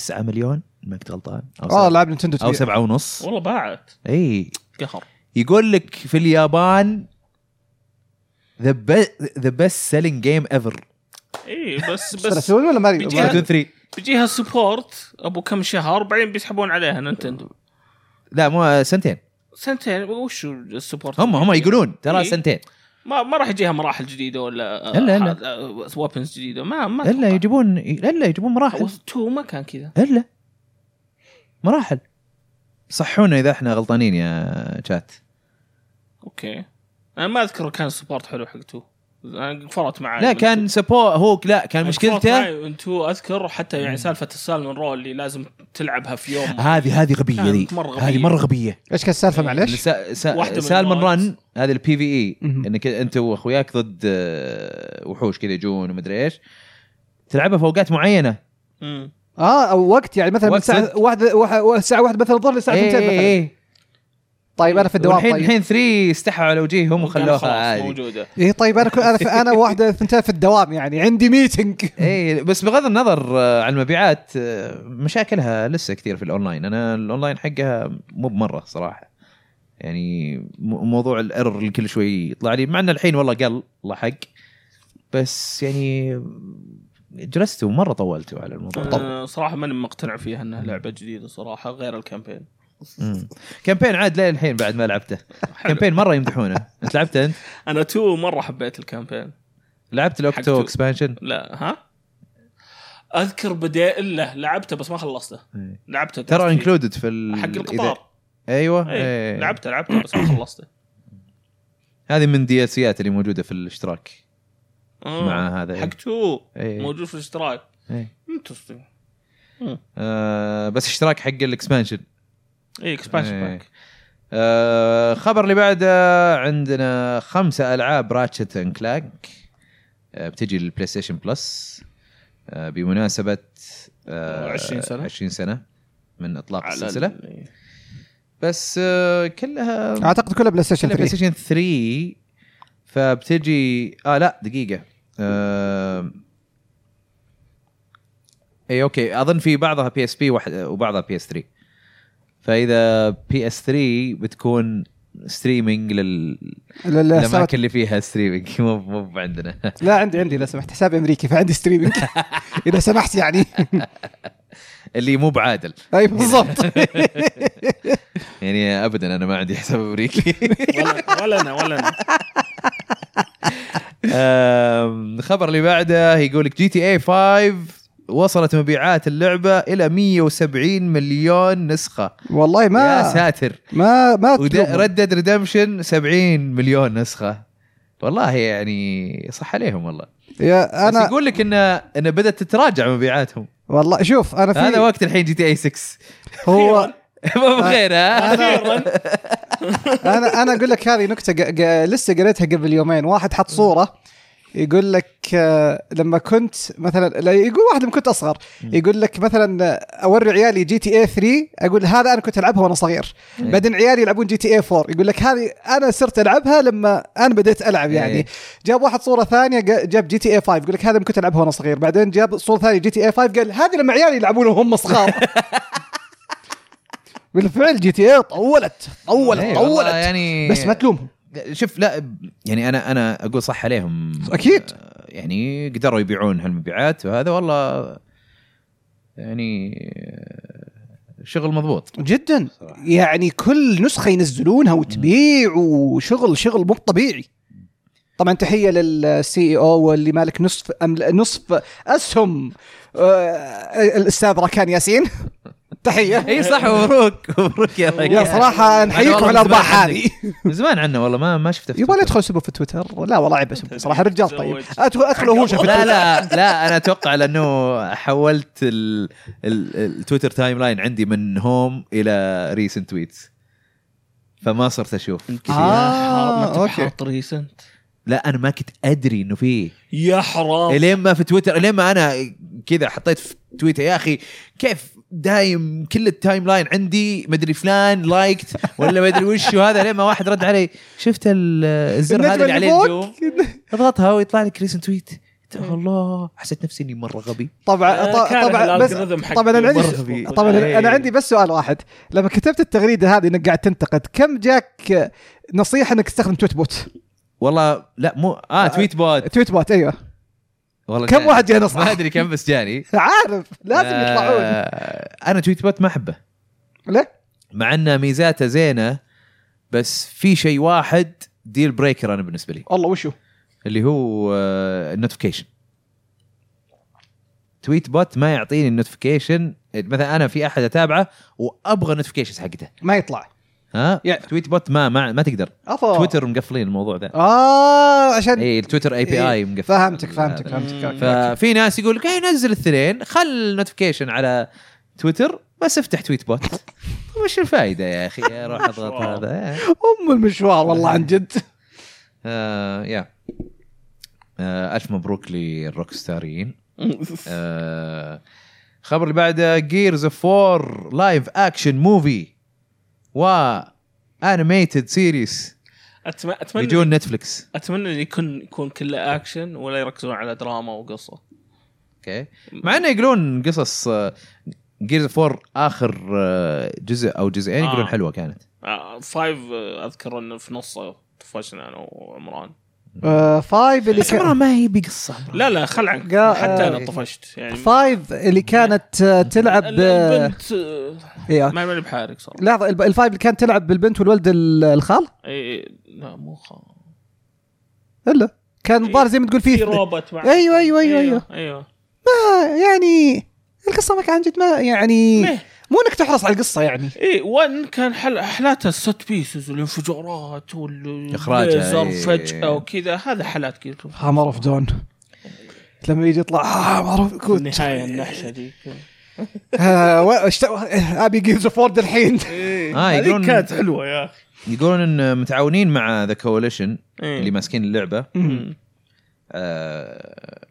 [SPEAKER 1] 7.9 مليون ما كنت غلطان أو
[SPEAKER 2] اه
[SPEAKER 1] سبعة-
[SPEAKER 2] لعب نينتندو
[SPEAKER 1] او
[SPEAKER 2] تبيع.
[SPEAKER 1] سبعة ونص
[SPEAKER 3] والله باعت
[SPEAKER 1] اي
[SPEAKER 3] قهر
[SPEAKER 1] يقول لك في اليابان ذا ذا بيست سيلينج جيم ايفر
[SPEAKER 3] إيه. اي بس بس
[SPEAKER 2] سبلاتون ولا ماريو
[SPEAKER 3] بيجي-
[SPEAKER 1] سبلاتون 3
[SPEAKER 3] بيجيها سبورت ابو كم شهر بعدين بيسحبون عليها نينتندو
[SPEAKER 1] لا مو سنتين
[SPEAKER 3] سنتين وش السبورت
[SPEAKER 1] هم هم يقولون ترى
[SPEAKER 3] إيه.
[SPEAKER 1] سنتين
[SPEAKER 3] ما ما راح يجيها مراحل جديده ولا آه،
[SPEAKER 1] إلا- إلا.
[SPEAKER 3] وابنز جديده ما ما
[SPEAKER 1] الا
[SPEAKER 3] أتوقع.
[SPEAKER 1] يجيبون الا يجيبون مراحل
[SPEAKER 3] تو ما كان كذا
[SPEAKER 1] الا مراحل صحونا اذا احنا غلطانين يا شات
[SPEAKER 3] اوكي انا ما اذكر كان السبورت حلو حق تو انا فرط معي
[SPEAKER 1] لا كان سبو هو لا كان مشكلته
[SPEAKER 3] انتو اذكر حتى يعني سالفه السالمون رول اللي لازم تلعبها في يوم
[SPEAKER 1] هذه هذه غبيه
[SPEAKER 3] كانت
[SPEAKER 1] ذي
[SPEAKER 3] مرة غبية.
[SPEAKER 1] هذه مره غبيه
[SPEAKER 2] ايش كان
[SPEAKER 1] إيه،
[SPEAKER 2] السالفه معليش؟
[SPEAKER 1] سا
[SPEAKER 3] واحدة
[SPEAKER 1] سا
[SPEAKER 3] من
[SPEAKER 1] سالمون
[SPEAKER 3] المواد.
[SPEAKER 1] رن هذه البي في اي
[SPEAKER 2] مهم.
[SPEAKER 1] انك انت واخوياك ضد آه، وحوش كذا يجون ومدري ايش تلعبها في اوقات معينه
[SPEAKER 3] مم.
[SPEAKER 2] اه او وقت يعني مثلا من
[SPEAKER 1] وقت
[SPEAKER 2] الساعه
[SPEAKER 1] صدق.
[SPEAKER 2] واحدة واحد- الساعه واحدة مثلا الظهر للساعه 2
[SPEAKER 1] إيه، إيه،
[SPEAKER 2] مثلا
[SPEAKER 1] إيه.
[SPEAKER 2] طيب انا في الدوام
[SPEAKER 1] والحين
[SPEAKER 2] طيب
[SPEAKER 1] الحين 3 استحوا على وجيههم
[SPEAKER 3] وكان
[SPEAKER 1] وخلوها
[SPEAKER 3] يعني خلاص
[SPEAKER 1] عادي
[SPEAKER 3] موجوده
[SPEAKER 2] ايه طيب انا كنت- انا في انا واحده اثنتين في الدوام يعني عندي ميتنج
[SPEAKER 1] اي إيه، بس بغض النظر آه، عن المبيعات آه، مشاكلها لسه كثير في الاونلاين انا الاونلاين حقها مو بمره صراحه يعني مو- موضوع الايرور اللي كل شوي يطلع لي مع ان الحين والله قل الله حق بس يعني جلست ومره طولتوا على الموضوع
[SPEAKER 3] أنا صراحه أه، ماني مقتنع فيها انها لعبه جديده صراحه غير الكامبين
[SPEAKER 1] مم. كامبين عاد لين الحين بعد ما لعبته كامبين مره يمدحونه انت لعبته انت
[SPEAKER 3] انا تو مره حبيت الكامبين
[SPEAKER 1] لعبت
[SPEAKER 3] حقته.
[SPEAKER 1] الاوكتو اكسبانشن
[SPEAKER 3] لا ها اذكر بدي الا لعبته بس ما خلصته لعبته
[SPEAKER 1] إيه. ترى انكلودد في ال-
[SPEAKER 3] حق
[SPEAKER 1] إذا-
[SPEAKER 3] القطار
[SPEAKER 1] ايوه
[SPEAKER 3] اي
[SPEAKER 1] إيه.
[SPEAKER 3] لعبته لعبته بس ما خلصته
[SPEAKER 1] هذه من دي اسيات اللي موجوده في الاشتراك
[SPEAKER 3] آه.
[SPEAKER 1] مع هذا، إيه.
[SPEAKER 3] حق تو
[SPEAKER 1] إيه.
[SPEAKER 3] موجود في الاشتراك
[SPEAKER 1] إيه.
[SPEAKER 3] انترستنج
[SPEAKER 1] آه بس اشتراك حق الاكسبانشن
[SPEAKER 3] اي اكسبانشن
[SPEAKER 1] إيه.
[SPEAKER 3] باك
[SPEAKER 1] آه خبر اللي بعده عندنا خمسة العاب راتشت اند كلاك آه بتجي للبلاي ستيشن بلس آه بمناسبة آه
[SPEAKER 3] 20 سنة.
[SPEAKER 1] 20 سنة من اطلاق
[SPEAKER 3] على
[SPEAKER 1] السلسلة
[SPEAKER 3] ال-
[SPEAKER 1] بس آه كلها
[SPEAKER 2] اعتقد كلها بلاي ستيشن
[SPEAKER 1] كلها بلاي
[SPEAKER 2] 3
[SPEAKER 1] ستيشن 3 فبتجي اه لا دقيقة آه... اي اوكي اظن في بعضها بي اس بي وبعضها بي اس 3 فاذا بي اس 3 بتكون ستريمينج لل...
[SPEAKER 2] لا لا
[SPEAKER 1] الاماكن
[SPEAKER 2] حسابات-
[SPEAKER 1] اللي فيها ستريمينج مو مو عندنا
[SPEAKER 2] لا عندي عندي لو سمحت حسابي امريكي فعندي ستريمينج اذا سمحت يعني
[SPEAKER 1] اللي مو بعادل
[SPEAKER 2] اي بالضبط
[SPEAKER 1] يعني ابدا انا ما عندي حساب امريكي
[SPEAKER 3] ولا ولا انا ولا انا
[SPEAKER 1] آم، الخبر اللي بعده يقول لك جي تي اي 5 وصلت مبيعات اللعبه الى 170 مليون نسخه
[SPEAKER 2] والله
[SPEAKER 1] يا
[SPEAKER 2] ما
[SPEAKER 1] ساتر
[SPEAKER 2] ما ما تلومهم.
[SPEAKER 1] ردد ريدمشن 70 مليون نسخه والله يعني صح عليهم والله
[SPEAKER 2] يا
[SPEAKER 1] انا بس
[SPEAKER 2] انا
[SPEAKER 1] يقول لك ان ان بدات تتراجع مبيعاتهم
[SPEAKER 2] والله شوف انا
[SPEAKER 1] هذا
[SPEAKER 2] في
[SPEAKER 1] وقت الحين جي تي إيه اي 6
[SPEAKER 2] هو
[SPEAKER 1] ما بخير ها
[SPEAKER 3] اخيرا
[SPEAKER 2] انا انا اقول لك هذه نكته ق- ق- لسه قريتها قبل يومين واحد حط صوره يقول لك آه، لما كنت مثلا لا، يقول واحد لما كنت اصغر يقول لك مثلا آه، اوري عيالي جي تي اي 3 اقول هذا انا كنت العبها وانا صغير
[SPEAKER 1] إيه.
[SPEAKER 2] بعدين عيالي يلعبون جي تي اي 4 يقول لك هذه انا صرت العبها لما انا بديت العب
[SPEAKER 1] إيه.
[SPEAKER 2] يعني جاب واحد صوره ثانيه ق- جاب جي تي اي 5 يقول لك هذا لما كنت العبها وانا صغير بعدين جاب صوره ثانيه جي تي اي 5 قال هذه لما عيالي يلعبون وهم صغار بالفعل جي تي اي طولت طولت
[SPEAKER 1] إيه، والله
[SPEAKER 2] طولت
[SPEAKER 1] يعني
[SPEAKER 2] بس ما تلومهم
[SPEAKER 1] شوف لا يعني انا انا اقول صح عليهم
[SPEAKER 2] أكيد.
[SPEAKER 1] آه، يعني قدروا يبيعون هالمبيعات وهذا والله يعني آه، شغل مضبوط
[SPEAKER 2] جدا
[SPEAKER 1] صراحة.
[SPEAKER 2] يعني كل نسخه ينزلونها وتبيع وشغل شغل مو طبيعي طبعا تحيه للسي اي او واللي مالك نصف أم نصف اسهم آه، الاستاذ ركان ياسين تحيه
[SPEAKER 1] اي صح مبروك مبروك يا
[SPEAKER 2] يا صراحه
[SPEAKER 1] أيوة،
[SPEAKER 2] نحييكم على الارباح هذه
[SPEAKER 1] من زمان عنه والله ما ما شفته في
[SPEAKER 2] يبغى لا
[SPEAKER 1] تويتر.
[SPEAKER 2] تدخل سبه في تويتر لا والله عيب اسب صراحه الرجال طيب ادخل ادخل هو شاف
[SPEAKER 1] لا لا
[SPEAKER 2] التويتر.
[SPEAKER 1] لا انا اتوقع لانه حولت ال- ال- التويتر تايم لاين عندي من هوم الى ريسنت تويتس فما صرت اشوف
[SPEAKER 3] انت
[SPEAKER 2] آه،
[SPEAKER 3] يا حرام
[SPEAKER 2] أوكي.
[SPEAKER 3] حاط ريسنت
[SPEAKER 1] لا انا ما كنت ادري انه فيه
[SPEAKER 3] يا حرام
[SPEAKER 1] الين ما في تويتر الين ما انا كذا حطيت في تويتر يا اخي كيف دايم كل التايم لاين عندي مدري فلان لايكت ولا مدري وش وهذا لين ما واحد رد علي شفت ال- الزر
[SPEAKER 2] النجمة
[SPEAKER 1] هذا اللي عليه
[SPEAKER 2] فوق.
[SPEAKER 1] النجوم اضغطها ويطلع لك ريسن تويت الله حسيت نفسي اني مره غبي
[SPEAKER 2] طبعا
[SPEAKER 3] آه، كان
[SPEAKER 2] طبعا بس
[SPEAKER 3] الalgorithm حقي
[SPEAKER 2] طبعا انا
[SPEAKER 3] مرة
[SPEAKER 2] عندي
[SPEAKER 3] غبي.
[SPEAKER 2] طبعا
[SPEAKER 1] إيه.
[SPEAKER 2] انا عندي بس سؤال واحد لما كتبت التغريده هذه انك قاعد تنتقد كم جاك نصيحه انك تستخدم تويت بوت
[SPEAKER 1] والله لا مو اه تويت بوت
[SPEAKER 2] تويت بوت ايوه
[SPEAKER 1] والله
[SPEAKER 2] كم
[SPEAKER 1] جاني.
[SPEAKER 2] واحد جاء
[SPEAKER 1] ما
[SPEAKER 2] نصح
[SPEAKER 1] ادري كم بس جاني
[SPEAKER 2] عارف لازم
[SPEAKER 1] آه،
[SPEAKER 2] يطلعون
[SPEAKER 1] انا تويت بوت ما احبه
[SPEAKER 2] ليه؟
[SPEAKER 1] مع ان ميزاته زينه بس في شيء واحد ديل بريكر انا بالنسبه لي
[SPEAKER 2] والله وشو
[SPEAKER 1] اللي هو آه، النوتيفيكيشن تويت بوت ما يعطيني النوتيفيكيشن مثلا انا في احد اتابعه وابغى النوتيفيكيشنز حقته
[SPEAKER 2] ما يطلع
[SPEAKER 1] ها
[SPEAKER 2] يعني-
[SPEAKER 1] تويت بوت ما ما, ما تقدر
[SPEAKER 2] افا
[SPEAKER 1] تويتر مقفلين الموضوع ذا
[SPEAKER 2] اه عشان
[SPEAKER 1] اي التويتر اي بي اي
[SPEAKER 2] إيه،
[SPEAKER 1] مقفل
[SPEAKER 2] فهمتك فهمتك
[SPEAKER 1] هذا.
[SPEAKER 2] فهمتك أوكي.
[SPEAKER 1] ففي ناس يقول لك "إيه، نزل الاثنين خل النوتيفيكيشن على تويتر بس افتح تويت بوت طب وش الفائده يا اخي روح اضغط هذا
[SPEAKER 2] ام المشوار والله عن جد
[SPEAKER 1] آه يا آه الف مبروك للروك ستاريين آه، خبر اللي بعده جيرز اوف 4 لايف اكشن موفي و انيميتد سيريز
[SPEAKER 3] أتم- اتمنى
[SPEAKER 1] يجون نتفلكس
[SPEAKER 3] اتمنى ان يكون يكون كله اكشن ولا يركزون على دراما وقصه
[SPEAKER 1] اوكي مع انه يقولون قصص آه، جيرز اوف 4 اخر آه، جزء او جزئين يقولون
[SPEAKER 3] آه.
[SPEAKER 1] حلوه كانت
[SPEAKER 3] آه، فايف آه، اذكر انه في نصه طفشنا انا وعمران
[SPEAKER 2] آه، فايف اللي
[SPEAKER 1] بس
[SPEAKER 2] كان
[SPEAKER 1] عمرها ما هي بقصه
[SPEAKER 3] لا لا خل عنك
[SPEAKER 2] قا-
[SPEAKER 3] حتى
[SPEAKER 1] آه.
[SPEAKER 3] انا طفشت يعني
[SPEAKER 2] فايف اللي كانت آه، تلعب آه،
[SPEAKER 3] البنت آه،
[SPEAKER 2] ايوه
[SPEAKER 3] ما ماني بحارق صراحه
[SPEAKER 2] لحظه الب- الفايف اللي كانت تلعب بالبنت والولد ال- الخال
[SPEAKER 3] اي إي، لا مو خا
[SPEAKER 2] الا كان الظاهر زي ما تقول
[SPEAKER 3] في
[SPEAKER 2] فيه
[SPEAKER 3] روبوت مع
[SPEAKER 2] أيوة، أيوة، أيوة، أيوة.
[SPEAKER 3] ايوه
[SPEAKER 2] آه، يعني القصه ما كان عن جد ما يعني
[SPEAKER 3] إيه.
[SPEAKER 2] مو انك تحرص على القصه يعني
[SPEAKER 3] اي إيه، وان كان حل... حالاتها الست بيسز والانفجارات وال
[SPEAKER 1] إخراجها، إيه.
[SPEAKER 3] الليزر
[SPEAKER 1] إي.
[SPEAKER 3] فجاه وكذا هذا حالات كذا
[SPEAKER 2] هامر اوف دون لما يجي يطلع هامر اوف
[SPEAKER 3] في
[SPEAKER 2] جود
[SPEAKER 3] النهايه النحشه ذيك
[SPEAKER 1] آه،
[SPEAKER 2] ابي جيمز اوف وورد الحين
[SPEAKER 1] آه،
[SPEAKER 3] هذيك
[SPEAKER 1] يقولون-
[SPEAKER 3] كانت حلوه يا اخي
[SPEAKER 1] يقولون ان متعاونين مع ذا كوليشن
[SPEAKER 3] إيه.
[SPEAKER 1] اللي ماسكين اللعبه
[SPEAKER 3] مم.
[SPEAKER 1] آه،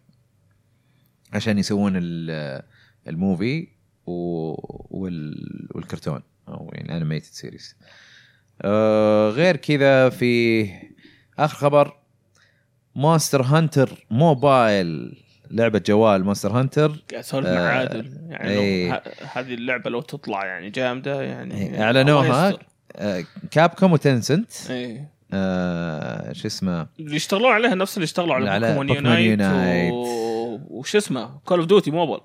[SPEAKER 1] عشان يسوون ال- آه، الموفي و- وال- والكرتون او يعني انيميتد سيريز غير كذا في اخر خبر مونستر هانتر موبايل لعبه جوال مونستر هانتر
[SPEAKER 3] قاعد اسولف
[SPEAKER 1] آه، إيه.
[SPEAKER 3] مع عادل يعني
[SPEAKER 1] إي.
[SPEAKER 3] لو ه- هذه اللعبه لو تطلع يعني جامده يعني
[SPEAKER 1] إي، إيه، أعلنوها.
[SPEAKER 3] الله يستر.
[SPEAKER 1] آه، كابكوم وتنسنت
[SPEAKER 3] إي.
[SPEAKER 1] آه، شو اسمه
[SPEAKER 3] اللي يشتغلون عليها نفس اللي اشتغلوا
[SPEAKER 1] على
[SPEAKER 3] على بوكيمون
[SPEAKER 1] بوكيمون
[SPEAKER 3] يونايت
[SPEAKER 1] يونايت.
[SPEAKER 3] و... وش اسمه كول اوف ديوتي موبل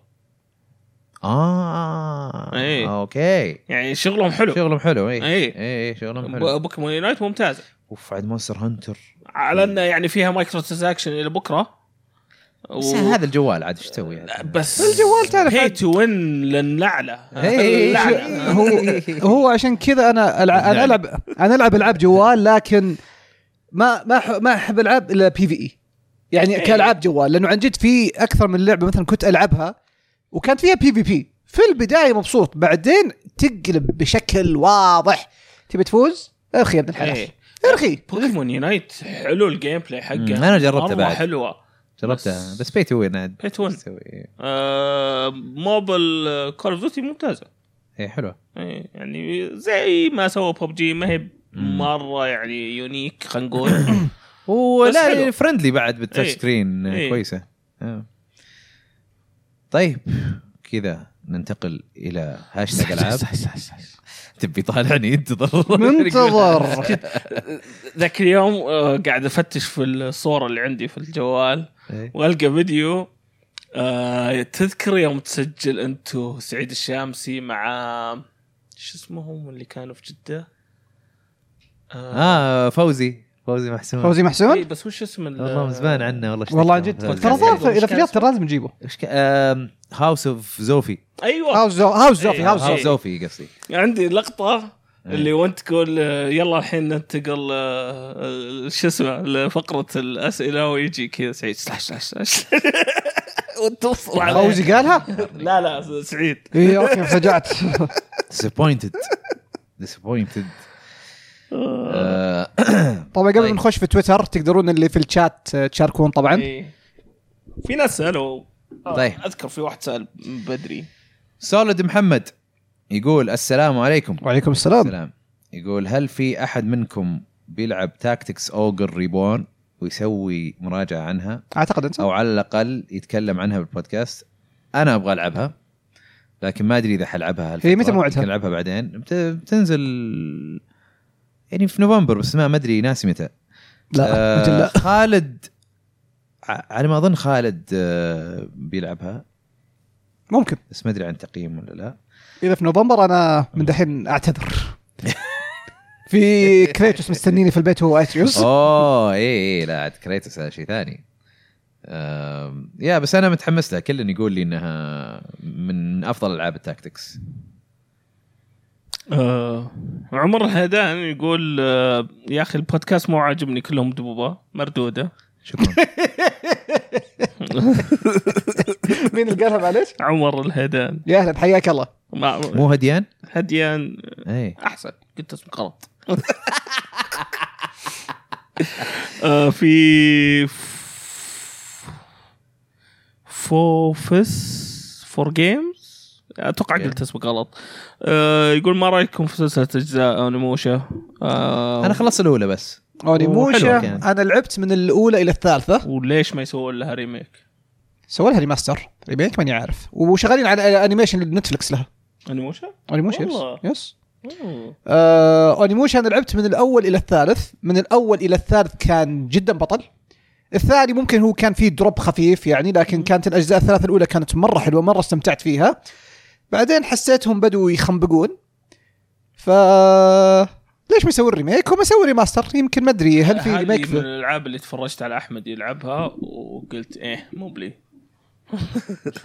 [SPEAKER 1] اه
[SPEAKER 3] إيه.
[SPEAKER 1] اوكي
[SPEAKER 3] يعني شغلهم حلو
[SPEAKER 1] شغلهم حلو اي
[SPEAKER 3] إيه.
[SPEAKER 1] اي شغلهم حلو
[SPEAKER 3] ب- بوكيمون يونايت ممتازه
[SPEAKER 1] اوف عاد مونستر هانتر
[SPEAKER 3] على انه يعني فيها مايكرو ترانزاكشن الى بكره و...
[SPEAKER 1] بس يعني هذا الجوال عاد ايش تسوي عاد؟
[SPEAKER 3] بس
[SPEAKER 2] الجوال تعرف
[SPEAKER 3] هي تو وين للنعله
[SPEAKER 1] إي، إي،
[SPEAKER 3] للنعلة.
[SPEAKER 2] هو هو عشان كذا انا ألع-
[SPEAKER 3] يعني.
[SPEAKER 2] انا العب انا العب العاب جوال لكن ما ما أح- ما احب العب الا بي في اي
[SPEAKER 3] إيه.
[SPEAKER 2] يعني كالعاب جوال لانه عن جد في اكثر من لعبه مثلا كنت العبها وكانت فيها بي في بي في البدايه مبسوط بعدين تقلب بشكل واضح تبي تفوز ارخي يا ابن الحلال
[SPEAKER 3] إي.
[SPEAKER 2] ارخي
[SPEAKER 3] بوكيمون يونايت إيه. حلو الجيم بلاي حقه
[SPEAKER 1] مم، أنا جربته
[SPEAKER 3] مرة
[SPEAKER 1] بعد.
[SPEAKER 3] حلوه
[SPEAKER 1] جربتها بس بيت وين عاد
[SPEAKER 3] بيت وين.
[SPEAKER 1] إيش تسوي؟
[SPEAKER 3] آه موبل كول اوف ديوتي ممتازه
[SPEAKER 1] اي حلوه
[SPEAKER 3] إيه، يعني زي ما سووا ببجي ما هي مره يعني يونيك خلينا نقول
[SPEAKER 1] ولا
[SPEAKER 3] حلوة.
[SPEAKER 1] فرندلي بعد بالتاتش
[SPEAKER 3] إيه.
[SPEAKER 1] سكرين
[SPEAKER 3] إيه.
[SPEAKER 1] كويسه آه. طيب كذا ننتقل الى هاشتاج العاب تبي طالعني انتظر
[SPEAKER 2] منتظر
[SPEAKER 3] ذاك اليوم آه، قاعد افتش في الصوره اللي عندي في الجوال
[SPEAKER 1] إيه.
[SPEAKER 3] والقى فيديو آه تذكر يوم تسجل انت وسعيد الشامسي مع شو اسمهم اللي كانوا في جده؟
[SPEAKER 1] اه فوزي فوزي محسون
[SPEAKER 2] فوزي
[SPEAKER 3] اي
[SPEAKER 2] محسون
[SPEAKER 3] إيه، بس وش اسم ال-
[SPEAKER 1] والله من زمان عنه والله اشتقت
[SPEAKER 2] والله عن
[SPEAKER 1] له.
[SPEAKER 2] جد
[SPEAKER 1] فوزي.
[SPEAKER 2] ترى صار اذا في جد ترى لازم نجيبه
[SPEAKER 1] ايش هاوس اوف زوفي
[SPEAKER 3] ايوه
[SPEAKER 2] هاوس زو- هاوس زوفي
[SPEAKER 3] إيه،
[SPEAKER 2] هاوس
[SPEAKER 1] هاوس
[SPEAKER 2] زوفي
[SPEAKER 3] هاوس.
[SPEAKER 1] زوفي قصدي
[SPEAKER 3] عندي لقطه
[SPEAKER 1] إيه.
[SPEAKER 3] اللي وانت تقول آه، يلا الحين ننتقل آه، آه، شو اسمه لفقره الاسئله ويجي كذا سعيد سلاش سلاش سلاش وتوصل عليه
[SPEAKER 2] فوزي قالها؟ إيه،
[SPEAKER 3] لا لا سعيد
[SPEAKER 2] اي اوكي فجعت
[SPEAKER 1] ديسابوينتد ديسابوينتد Uh,
[SPEAKER 2] طبعا قبل
[SPEAKER 1] طيب.
[SPEAKER 2] ما نخش في تويتر تقدرون اللي في الشات تشاركون طبعا
[SPEAKER 3] إيه. في ناس سالوا آه،
[SPEAKER 1] طيب.
[SPEAKER 3] اذكر في واحد سال من بدري
[SPEAKER 1] سوليد محمد يقول السلام عليكم
[SPEAKER 2] وعليكم السلام
[SPEAKER 1] سلام يقول هل في احد منكم بيلعب تاكتكس اوجر ريبون ويسوي مراجعه عنها
[SPEAKER 2] اعتقد انت
[SPEAKER 1] او على الاقل يتكلم عنها بالبودكاست انا ابغى العبها لكن ما ادري اذا حلعبها هالفترة.
[SPEAKER 2] هي متى موعدها؟
[SPEAKER 1] يمكن العبها بعدين بت- بتنزل يعني في نوفمبر بس ما ما ادري ناسي متى
[SPEAKER 2] لا أجل
[SPEAKER 1] آه
[SPEAKER 2] لا
[SPEAKER 1] خالد ع- على ما اظن خالد آه بيلعبها
[SPEAKER 2] ممكن
[SPEAKER 1] بس ما ادري عن تقييم ولا لا
[SPEAKER 2] اذا في نوفمبر انا من دحين اعتذر في كريتوس مستنيني في البيت هو اتريوس
[SPEAKER 1] اوه اي اي إيه، لا عاد كريتوس هذا شيء ثاني آم، يا بس انا متحمس لها كل يقول لي انها من افضل العاب التاكتكس
[SPEAKER 3] آه عمر الهدان يقول آه يا اخي البودكاست مو عاجبني كلهم دبوبه مردوده
[SPEAKER 1] شكرا
[SPEAKER 2] مين اللي قالها معلش؟
[SPEAKER 3] عمر الهدان
[SPEAKER 2] يا اهلا حياك الله
[SPEAKER 3] ما
[SPEAKER 1] مو هديان؟ إيه.
[SPEAKER 3] هديان
[SPEAKER 1] اي
[SPEAKER 3] احسن قلت اسم غلط آه في ف- فوفس فور جيمز اتوقع قلت اسمه غلط آه يقول ما رايكم في سلسله اجزاء انيموشا آه
[SPEAKER 1] انا خلصت الاولى بس
[SPEAKER 2] اونيموشا
[SPEAKER 1] حلوة كانت.
[SPEAKER 2] انا لعبت من الاولى الى الثالثه
[SPEAKER 3] وليش ما يسوون لها ريميك
[SPEAKER 2] سووا لها ريماستر ريميك ماني عارف وشغالين على انيميشن نتفلكس لها
[SPEAKER 3] انيموشا
[SPEAKER 2] اونيموشا
[SPEAKER 3] والله.
[SPEAKER 2] يس يس
[SPEAKER 3] أوه.
[SPEAKER 2] آه، اونيموشا انا لعبت من الاول الى الثالث من الاول الى الثالث كان جدا بطل الثاني ممكن هو كان فيه دروب خفيف يعني لكن كانت الاجزاء الثلاث الاولى كانت مره حلوه مره استمتعت فيها بعدين حسيتهم بدوا يخنبقون ف ليش ما يسوون ريميك هم يسوون ريماستر يمكن ما ادري هل في
[SPEAKER 3] هذه
[SPEAKER 2] ريميك
[SPEAKER 3] من
[SPEAKER 2] في...
[SPEAKER 3] الالعاب اللي تفرجت على احمد يلعبها وقلت ايه مو بلي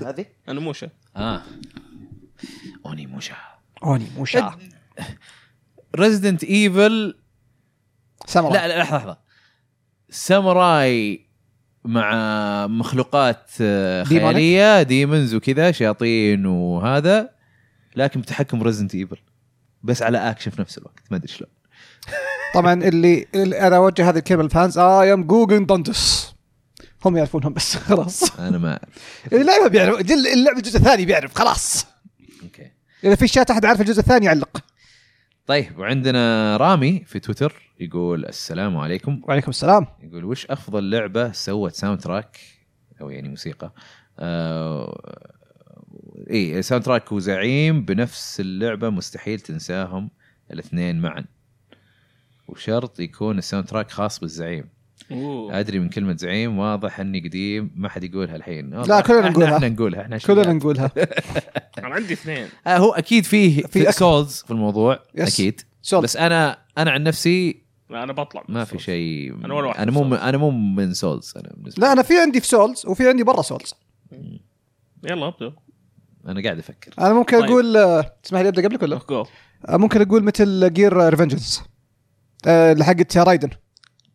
[SPEAKER 1] هذه؟
[SPEAKER 3] انيموشا
[SPEAKER 1] اه اونيموشا
[SPEAKER 2] اونيموشا
[SPEAKER 1] ريزدنت ايفل
[SPEAKER 2] ساموراي
[SPEAKER 1] لا لا لحظه لحظه ساموراي مع مخلوقات آه،
[SPEAKER 2] ديمونك؟
[SPEAKER 1] خياليه ديمونز وكذا شياطين وهذا لكن بتحكم ريزدنت ايفل بس على اكشن في نفس الوقت ما ادري شلون
[SPEAKER 2] طبعا اللي, اللي انا اوجه هذه الكلمه للفانز اي ام جوجل دندس هم يعرفونهم بس خلاص
[SPEAKER 1] انا ما اعرف
[SPEAKER 2] اللعبه بيعرف جل- اللعبه الجزء الثاني بيعرف خلاص
[SPEAKER 1] اوكي
[SPEAKER 2] اذا في شات احد عارف الجزء الثاني يعلق
[SPEAKER 1] طيب وعندنا رامي في تويتر يقول السلام عليكم
[SPEAKER 2] وعليكم السلام
[SPEAKER 1] يقول وش افضل لعبه سوت ساوند تراك او يعني موسيقى آه اي ساوند تراك وزعيم بنفس اللعبه مستحيل تنساهم الاثنين معا وشرط يكون الساوند تراك خاص بالزعيم
[SPEAKER 3] أوه.
[SPEAKER 1] ادري من كلمه زعيم واضح اني قديم ما حد يقولها الحين
[SPEAKER 2] لا، كلنا نقولها.
[SPEAKER 1] احنا, احنا نقولها احنا
[SPEAKER 2] كلنا
[SPEAKER 1] شباب.
[SPEAKER 2] نقولها
[SPEAKER 3] انا عندي اثنين
[SPEAKER 1] آه هو اكيد فيه
[SPEAKER 2] في
[SPEAKER 1] في
[SPEAKER 2] أكثر.
[SPEAKER 1] سولز في الموضوع
[SPEAKER 2] يس.
[SPEAKER 1] اكيد
[SPEAKER 2] سولز.
[SPEAKER 1] بس انا انا عن نفسي
[SPEAKER 3] لا، انا بطلع
[SPEAKER 1] ما في شيء
[SPEAKER 3] أنا ولا واحد
[SPEAKER 1] انا مو
[SPEAKER 3] من
[SPEAKER 1] من- انا مو من سولز انا بالنسبة
[SPEAKER 2] لا انا في عندي في سولز وفي عندي برا سولز
[SPEAKER 3] يلا ابدا
[SPEAKER 1] انا قاعد افكر
[SPEAKER 2] انا ممكن
[SPEAKER 3] طيب.
[SPEAKER 2] اقول آه، تسمح لي ابدا قبلك ولا
[SPEAKER 3] جو
[SPEAKER 2] آه، ممكن اقول مثل جير ريفنجنس اللي حقت رايدن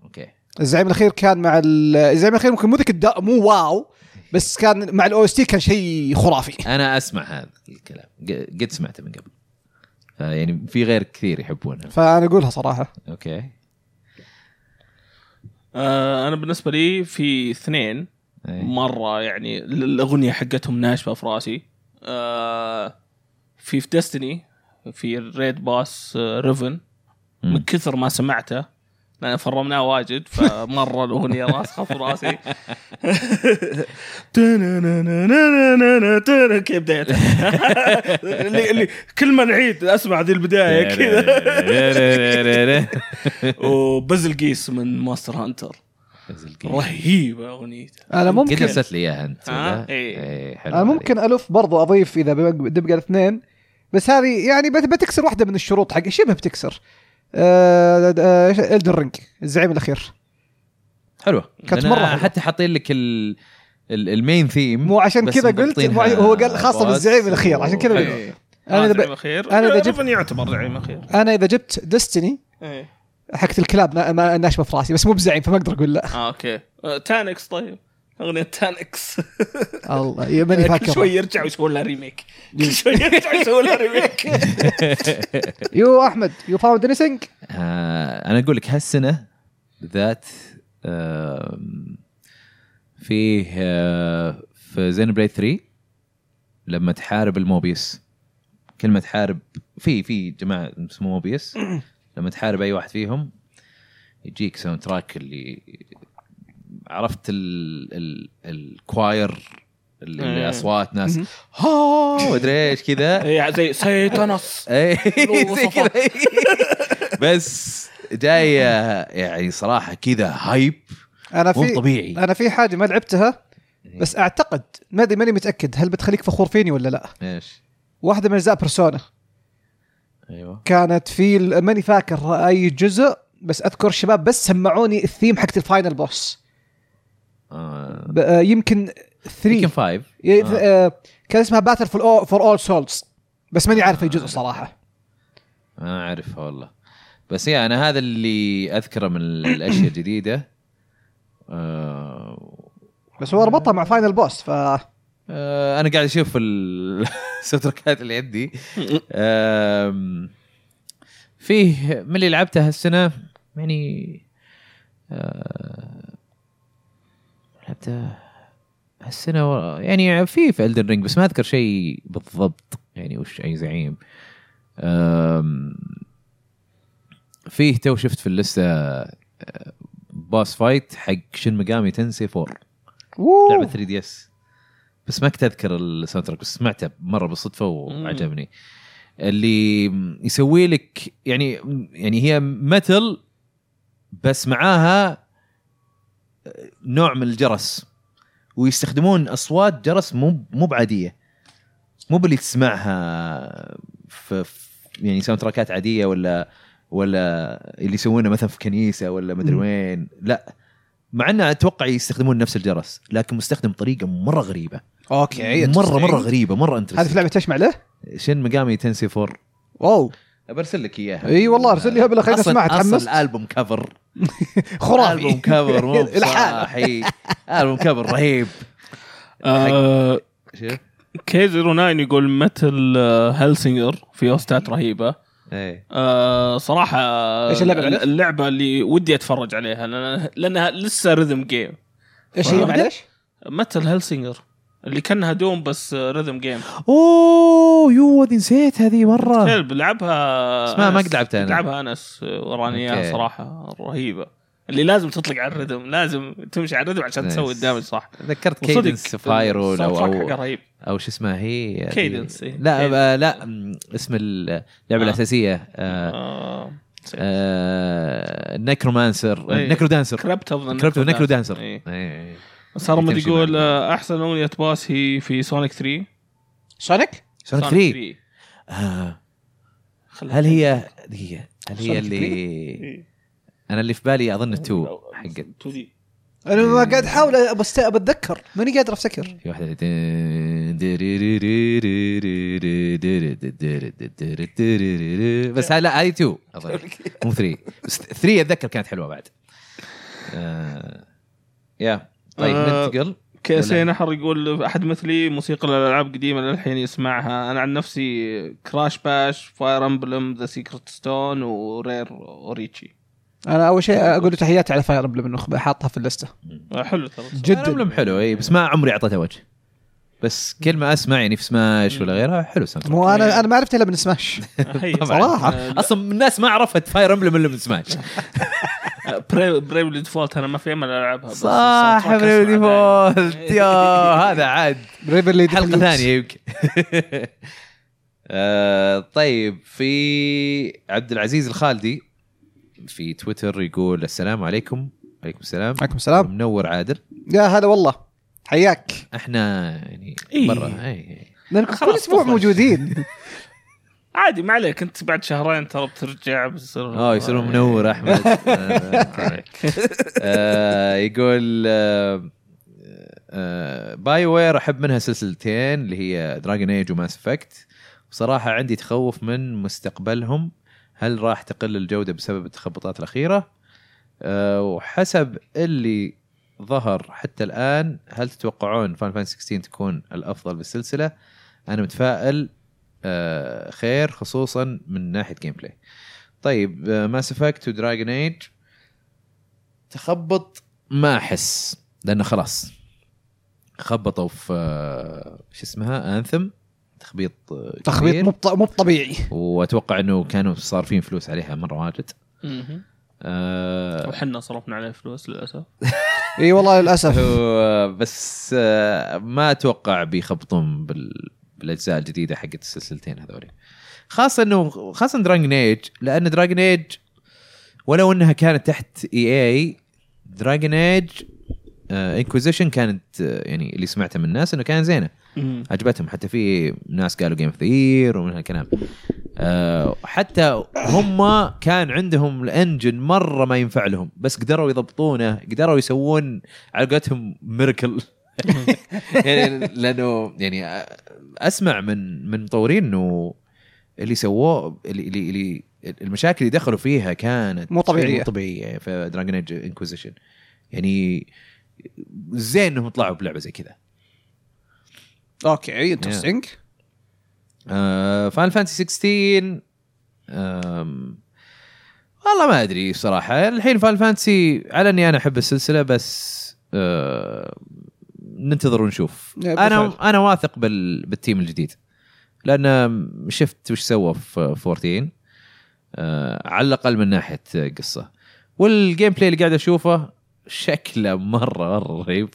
[SPEAKER 1] اوكي
[SPEAKER 2] الزعيم الاخير كان مع ال- الزعيم الاخير ممكن مو ذاك الدا- مو واو بس كان مع الاو اس تي كان شيء خرافي
[SPEAKER 1] انا اسمع هذا الكلام ق- قد سمعته من قبل يعني في غير كثير يحبونها
[SPEAKER 2] فانا اقولها صراحه
[SPEAKER 1] اوكي
[SPEAKER 3] آه انا بالنسبه لي في اثنين
[SPEAKER 1] أي.
[SPEAKER 3] مره يعني ال- الاغنيه حقتهم ناشفه في راسي آه في في ديستني في ريد باس آه ريفن
[SPEAKER 1] مم.
[SPEAKER 3] من كثر ما سمعته لان فرمناه واجد فمره الاغنيه راسخه في راسي تنننننننن تنن كيف بدايتها اللي اللي كل ما نعيد اسمع ذي البدايه كذا وبزل قيس من ماستر هانتر رهيبه اغنيته
[SPEAKER 2] انا
[SPEAKER 1] قد
[SPEAKER 2] ممكن
[SPEAKER 1] ارسلت لي اياها انت
[SPEAKER 3] ها؟
[SPEAKER 1] ولا؟
[SPEAKER 3] إيه.
[SPEAKER 1] إيه، حلو
[SPEAKER 2] انا آه، ممكن الف برضو اضيف اذا بق- دبقه الاثنين بس هذه يعني بت- بتكسر واحده من الشروط حق شبه بتكسر الدن رينج الزعيم الاخير
[SPEAKER 1] حلوه
[SPEAKER 2] كانت
[SPEAKER 1] لأن
[SPEAKER 2] مرة حلوة.
[SPEAKER 1] حتى حاطين لك ال ال- المين ثيم
[SPEAKER 2] مو عشان
[SPEAKER 1] بس
[SPEAKER 2] كذا قلت مو
[SPEAKER 1] مضبطينها
[SPEAKER 2] عشان- هو قال خاصه
[SPEAKER 1] بوس
[SPEAKER 2] بالزعيم الاخير عشان كذا
[SPEAKER 1] و-
[SPEAKER 2] قلت.
[SPEAKER 3] إيه.
[SPEAKER 2] انا
[SPEAKER 3] انا
[SPEAKER 2] اذا
[SPEAKER 3] زعيم
[SPEAKER 2] ب-
[SPEAKER 3] اخير
[SPEAKER 2] أنا إذا جبت-
[SPEAKER 3] ريفن يعتبر زعيم اخير
[SPEAKER 2] انا اذا جبت ديستني
[SPEAKER 3] إيه.
[SPEAKER 2] حقت الكلاب نا- ما- ناشفه في راسي بس مو بزعيم فما اقدر اقول لا
[SPEAKER 3] اه اوكي آه، تانكس طيب اغنيه تانكس
[SPEAKER 2] الله يا ماني
[SPEAKER 3] كل شوي
[SPEAKER 2] فاكر
[SPEAKER 3] يرجع ويسوون لها ريميك كل شوي يرجع ويسوون لها ريميك
[SPEAKER 2] يو احمد يو فاوند انيثينج
[SPEAKER 1] آه، انا اقول لك هالسنه بالذات آم، فيه آه، في زين بلاي 3 لما تحارب الموبيس كلمه تحارب في في جماعه اسمه موبيس لما تحارب اي واحد فيهم يجيك ساوند تراك اللي عرفت ال ال الكواير اللي- اللي
[SPEAKER 3] مم.
[SPEAKER 1] اصوات ناس ها مدري ايش كذا
[SPEAKER 3] إيه، زي سيتانوس
[SPEAKER 1] اي
[SPEAKER 3] له
[SPEAKER 1] أيوة، زي كذا بس جايه يعني صراحه كذا هايب
[SPEAKER 2] انا
[SPEAKER 1] مو
[SPEAKER 2] آه، في
[SPEAKER 1] طبيعي
[SPEAKER 2] انا في حاجه ما لعبتها بس اعتقد ما ادري ماني متاكد هل بتخليك فخور فيني ولا لا
[SPEAKER 1] ايش
[SPEAKER 2] واحده من اجزاء بيرسونا
[SPEAKER 1] ايوه
[SPEAKER 2] كانت في ال- ماني فاكر اي جزء بس اذكر الشباب بس سمعوني الثيم حقت الفاينل بوس
[SPEAKER 1] آه.
[SPEAKER 2] ب- آه، يمكن
[SPEAKER 1] يمكن
[SPEAKER 2] 3
[SPEAKER 1] فايف آه.
[SPEAKER 2] كان اسمها باتل فور اول سولز بس ماني عارف الجزء صراحه
[SPEAKER 1] ما اعرفها والله بس يعني انا هذا اللي اذكره من ال- الاشياء الجديده آه.
[SPEAKER 2] بس هو ربطها مع فاينل بوس ف
[SPEAKER 1] آه. انا قاعد اشوف ال- الستركات اللي عندي آم، فيه من اللي لعبته هالسنه يعني آه، لعبته هالسنه و- يعني في في الدن رينج بس ما اذكر شيء بالضبط يعني وش اي زعيم آم، فيه تو شفت في اللسته باس فايت حق شن مقامي تنسي 4
[SPEAKER 2] أوه.
[SPEAKER 1] لعبه 3 دي اس بس ما كنت اذكر الساوند تراك بس سمعته مره بالصدفه وعجبني اللي يسوي لك يعني يعني هي متل بس معاها نوع من الجرس ويستخدمون اصوات جرس مو مو بعاديه مو باللي تسمعها في في- يعني ساوند تراكات عاديه ولا ولا اللي يسوونه مثلا في كنيسه ولا مدري
[SPEAKER 2] مم.
[SPEAKER 1] وين لا مع انه اتوقع يستخدمون نفس الجرس لكن مستخدم طريقه مره غريبه
[SPEAKER 2] اوكي
[SPEAKER 1] مره مره غريبه مره
[SPEAKER 2] هذه في
[SPEAKER 1] انترستنج
[SPEAKER 2] لعبه تشمع له
[SPEAKER 1] شن مقامي تنسي 4
[SPEAKER 2] واو
[SPEAKER 1] برسل لك اياها
[SPEAKER 2] اي والله ارسل لي قبل خليني
[SPEAKER 1] أصلاً-
[SPEAKER 2] اسمعها
[SPEAKER 1] اصلا
[SPEAKER 2] تحمست
[SPEAKER 1] الالبوم كفر البوم
[SPEAKER 2] خرافي
[SPEAKER 1] كفر مو
[SPEAKER 2] الحان
[SPEAKER 1] بصاحي البوم كفر رهيب شوف
[SPEAKER 3] آه، كي 09 يقول متل هيلسينجر في اوستات رهيبه
[SPEAKER 1] ايه
[SPEAKER 3] آه، صراحه
[SPEAKER 2] إيش اللعبة بعد؟
[SPEAKER 3] اللعبه اللي ودي اتفرج عليها لأن- لانها لسه ريذم جيم
[SPEAKER 2] ايش هي معلش؟
[SPEAKER 3] متل هيلسينجر اللي كانها دوم بس آه، ريذم جيم
[SPEAKER 1] اوه يو هذه نسيت هذه مره
[SPEAKER 3] كلب لعبها
[SPEAKER 1] بس ما- ما
[SPEAKER 3] أنس.
[SPEAKER 1] قد لعبتها أنا.
[SPEAKER 3] لعبها انس وراني
[SPEAKER 1] أوكي.
[SPEAKER 3] اياها صراحه رهيبه اللي لازم تطلق على الريذم لازم تمشي على الريذم عشان
[SPEAKER 1] نايس.
[SPEAKER 3] تسوي الدامج صح
[SPEAKER 1] ذكرت
[SPEAKER 3] وصدق،
[SPEAKER 1] كيدنس فايرو
[SPEAKER 3] الساوند
[SPEAKER 1] لو
[SPEAKER 3] تراك حقها
[SPEAKER 1] او
[SPEAKER 3] رهيب
[SPEAKER 1] او شو اسمها هي
[SPEAKER 3] Cadence، إيه.
[SPEAKER 1] لا
[SPEAKER 3] Cadence.
[SPEAKER 1] آه، لا أم، اسم اللعبه
[SPEAKER 3] آه.
[SPEAKER 1] الاساسيه آه،
[SPEAKER 3] آه.
[SPEAKER 1] آه، نكرومانسر
[SPEAKER 3] إيه.
[SPEAKER 1] نكرو دانسر
[SPEAKER 3] كربت اوف ذا
[SPEAKER 1] كريبتو
[SPEAKER 3] نكرو
[SPEAKER 1] نكرو
[SPEAKER 3] دانسر.
[SPEAKER 1] دانسر
[SPEAKER 3] إيه.
[SPEAKER 1] إيه، إيه.
[SPEAKER 3] صرمد
[SPEAKER 1] تمشي
[SPEAKER 3] يقول
[SPEAKER 1] مع
[SPEAKER 3] آه، احسن اغنيه باس هي في سونيك 3
[SPEAKER 2] سونيك؟
[SPEAKER 1] سونيك 3 آه،
[SPEAKER 3] خلها
[SPEAKER 1] هل هي دقيقه هل هي
[SPEAKER 2] سونيك
[SPEAKER 1] اللي
[SPEAKER 3] إيه.
[SPEAKER 1] انا اللي في بالي اظن التو
[SPEAKER 3] أو-
[SPEAKER 1] حقت
[SPEAKER 3] 2 دي
[SPEAKER 2] انا ما قاعد احاول بس بتذكر ماني قادر افتكر
[SPEAKER 1] في واحدة اللي- بس هاي- لا هاي 2 اظن مو 3 بس 3 اتذكر كانت حلوه بعد آه، يا طيب
[SPEAKER 3] آه،
[SPEAKER 1] ننتقل
[SPEAKER 3] كاسي
[SPEAKER 1] ولا- إيه؟
[SPEAKER 3] نحر يقول احد مثلي موسيقى الالعاب قديمه للحين يسمعها انا عن نفسي كراش باش فاير امبلم ذا سيكرت ستون ورير اوريتشي
[SPEAKER 2] انا اول شيء اقول له تحياتي على فاير امبلم انه حاطها في اللسته
[SPEAKER 3] آه، حلو ترى
[SPEAKER 2] جدا
[SPEAKER 1] البلم حلو اي بس ما عمري اعطيته وجه بس كل ما اسمع يعني في سماش ولا غيرها حلو سمع
[SPEAKER 2] مو انا انا ما عرفتها الا من سماش
[SPEAKER 3] هي.
[SPEAKER 1] طبعاً.
[SPEAKER 2] صراحه
[SPEAKER 1] اصلا الناس ما عرفت فاير امبلم الا من سماش
[SPEAKER 3] بريفلي ديفولت انا ما في امل العبها بس
[SPEAKER 1] صح
[SPEAKER 3] الساوند تراك
[SPEAKER 1] بريفلي
[SPEAKER 3] أسمعه
[SPEAKER 1] ديفولت
[SPEAKER 3] دايم.
[SPEAKER 1] يا هذا عاد
[SPEAKER 2] بريفرلي
[SPEAKER 1] حلقه ثانيه يمكن آه، طيب في عبد العزيز الخالدي في تويتر يقول السلام عليكم عليكم السلام
[SPEAKER 2] عليكم السلام
[SPEAKER 1] منور عادل
[SPEAKER 2] يا هلا والله حياك
[SPEAKER 1] احنا يعني
[SPEAKER 3] إيه.
[SPEAKER 1] مره اي
[SPEAKER 2] لانكم كل
[SPEAKER 3] خلاص
[SPEAKER 2] اسبوع
[SPEAKER 3] تفضل.
[SPEAKER 2] موجودين
[SPEAKER 3] عادي ما عليك انت بعد شهرين ترى بترجع بتصير
[SPEAKER 1] اه يصير منور احمد آه، آه، يقول آه، باي وير احب منها سلسلتين اللي هي دراجون ايج وماس افكت بصراحه عندي تخوف من مستقبلهم هل راح تقل الجوده بسبب التخبطات الاخيره آه، وحسب اللي ظهر حتى الان هل تتوقعون فان فان 16 تكون الافضل بالسلسله انا متفائل آه، خير خصوصا من ناحيه جيم بلاي طيب ماس افكت ودراجون ايج تخبط ما احس لانه خلاص خبطوا في آه، شو اسمها انثم تخبيط آه، كبير.
[SPEAKER 2] تخبيط مو بط- مو طبيعي
[SPEAKER 1] واتوقع انه كانوا صارفين فلوس عليها مره واجد
[SPEAKER 3] مهم.
[SPEAKER 1] آه،
[SPEAKER 3] وحنا صرفنا عليه فلوس للاسف
[SPEAKER 2] اي والله للاسف
[SPEAKER 1] هو- بس آه، ما اتوقع بيخبطون بال بالاجزاء الجديده حقت السلسلتين هذول خاصه انه خاصه دراجن ايج لان دراجن ايج ولو انها كانت تحت اي اي دراجن ايج انكوزيشن آه، كانت آه، يعني اللي سمعته من الناس انه كان زينه عجبتهم حتى في ناس قالوا جيم اوف ذا يير ومن هالكلام أه حتى هم كان عندهم الانجن مره ما ينفع لهم بس قدروا يضبطونه قدروا يسوون على قولتهم ميركل يعني لانه يعني آه، اسمع من من مطورين انه اللي سووه اللي اللي اللي المشاكل اللي دخلوا فيها كانت
[SPEAKER 2] مو طبيعية.
[SPEAKER 1] مو طبيعيه في دراجون ايج انكوزيشن يعني زين انهم طلعوا بلعبه زي كذا
[SPEAKER 2] اوكي انترستنج
[SPEAKER 1] فان فانتسي 16 آم، والله ما ادري بصراحه الحين فان فانتسي على اني انا احب السلسله بس آه، ننتظر ونشوف
[SPEAKER 2] نعم، بالفعل.
[SPEAKER 1] انا انا واثق بال بالتيم الجديد لان شفت وش سوى في 14 آه، على الاقل من ناحيه قصه والجيم بلاي اللي قاعد اشوفه شكله مره مره رهيب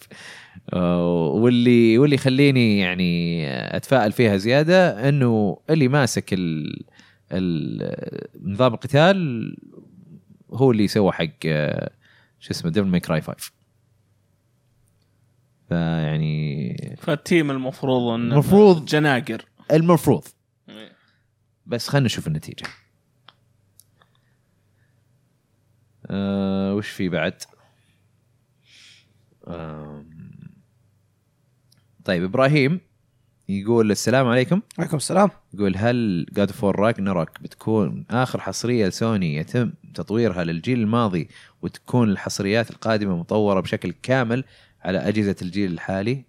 [SPEAKER 1] آه، واللي واللي يخليني يعني اتفائل فيها زياده انه اللي ماسك ال ال- نظام القتال هو اللي سوى حق آه، شو اسمه ديفل ماي كراي 5 فيعني
[SPEAKER 3] فالتيم المفروض انه
[SPEAKER 1] المفروض.
[SPEAKER 3] جناقر
[SPEAKER 1] المفروض بس خلينا نشوف النتيجه آه وش في بعد آم، طيب ابراهيم يقول السلام عليكم
[SPEAKER 2] عليكم السلام
[SPEAKER 1] يقول هل جاد فور راجنروك بتكون اخر حصريه لسوني يتم تطويرها للجيل الماضي وتكون الحصريات القادمه مطوره بشكل كامل على اجهزه الجيل الحالي؟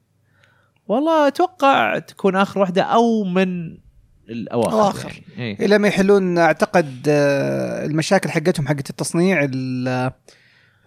[SPEAKER 1] والله اتوقع تكون اخر واحده او من الاواخر
[SPEAKER 2] أواخر.
[SPEAKER 1] يعني. إيه.
[SPEAKER 2] الى ما يحلون اعتقد آه، المشاكل حقتهم حقت التصنيع ال-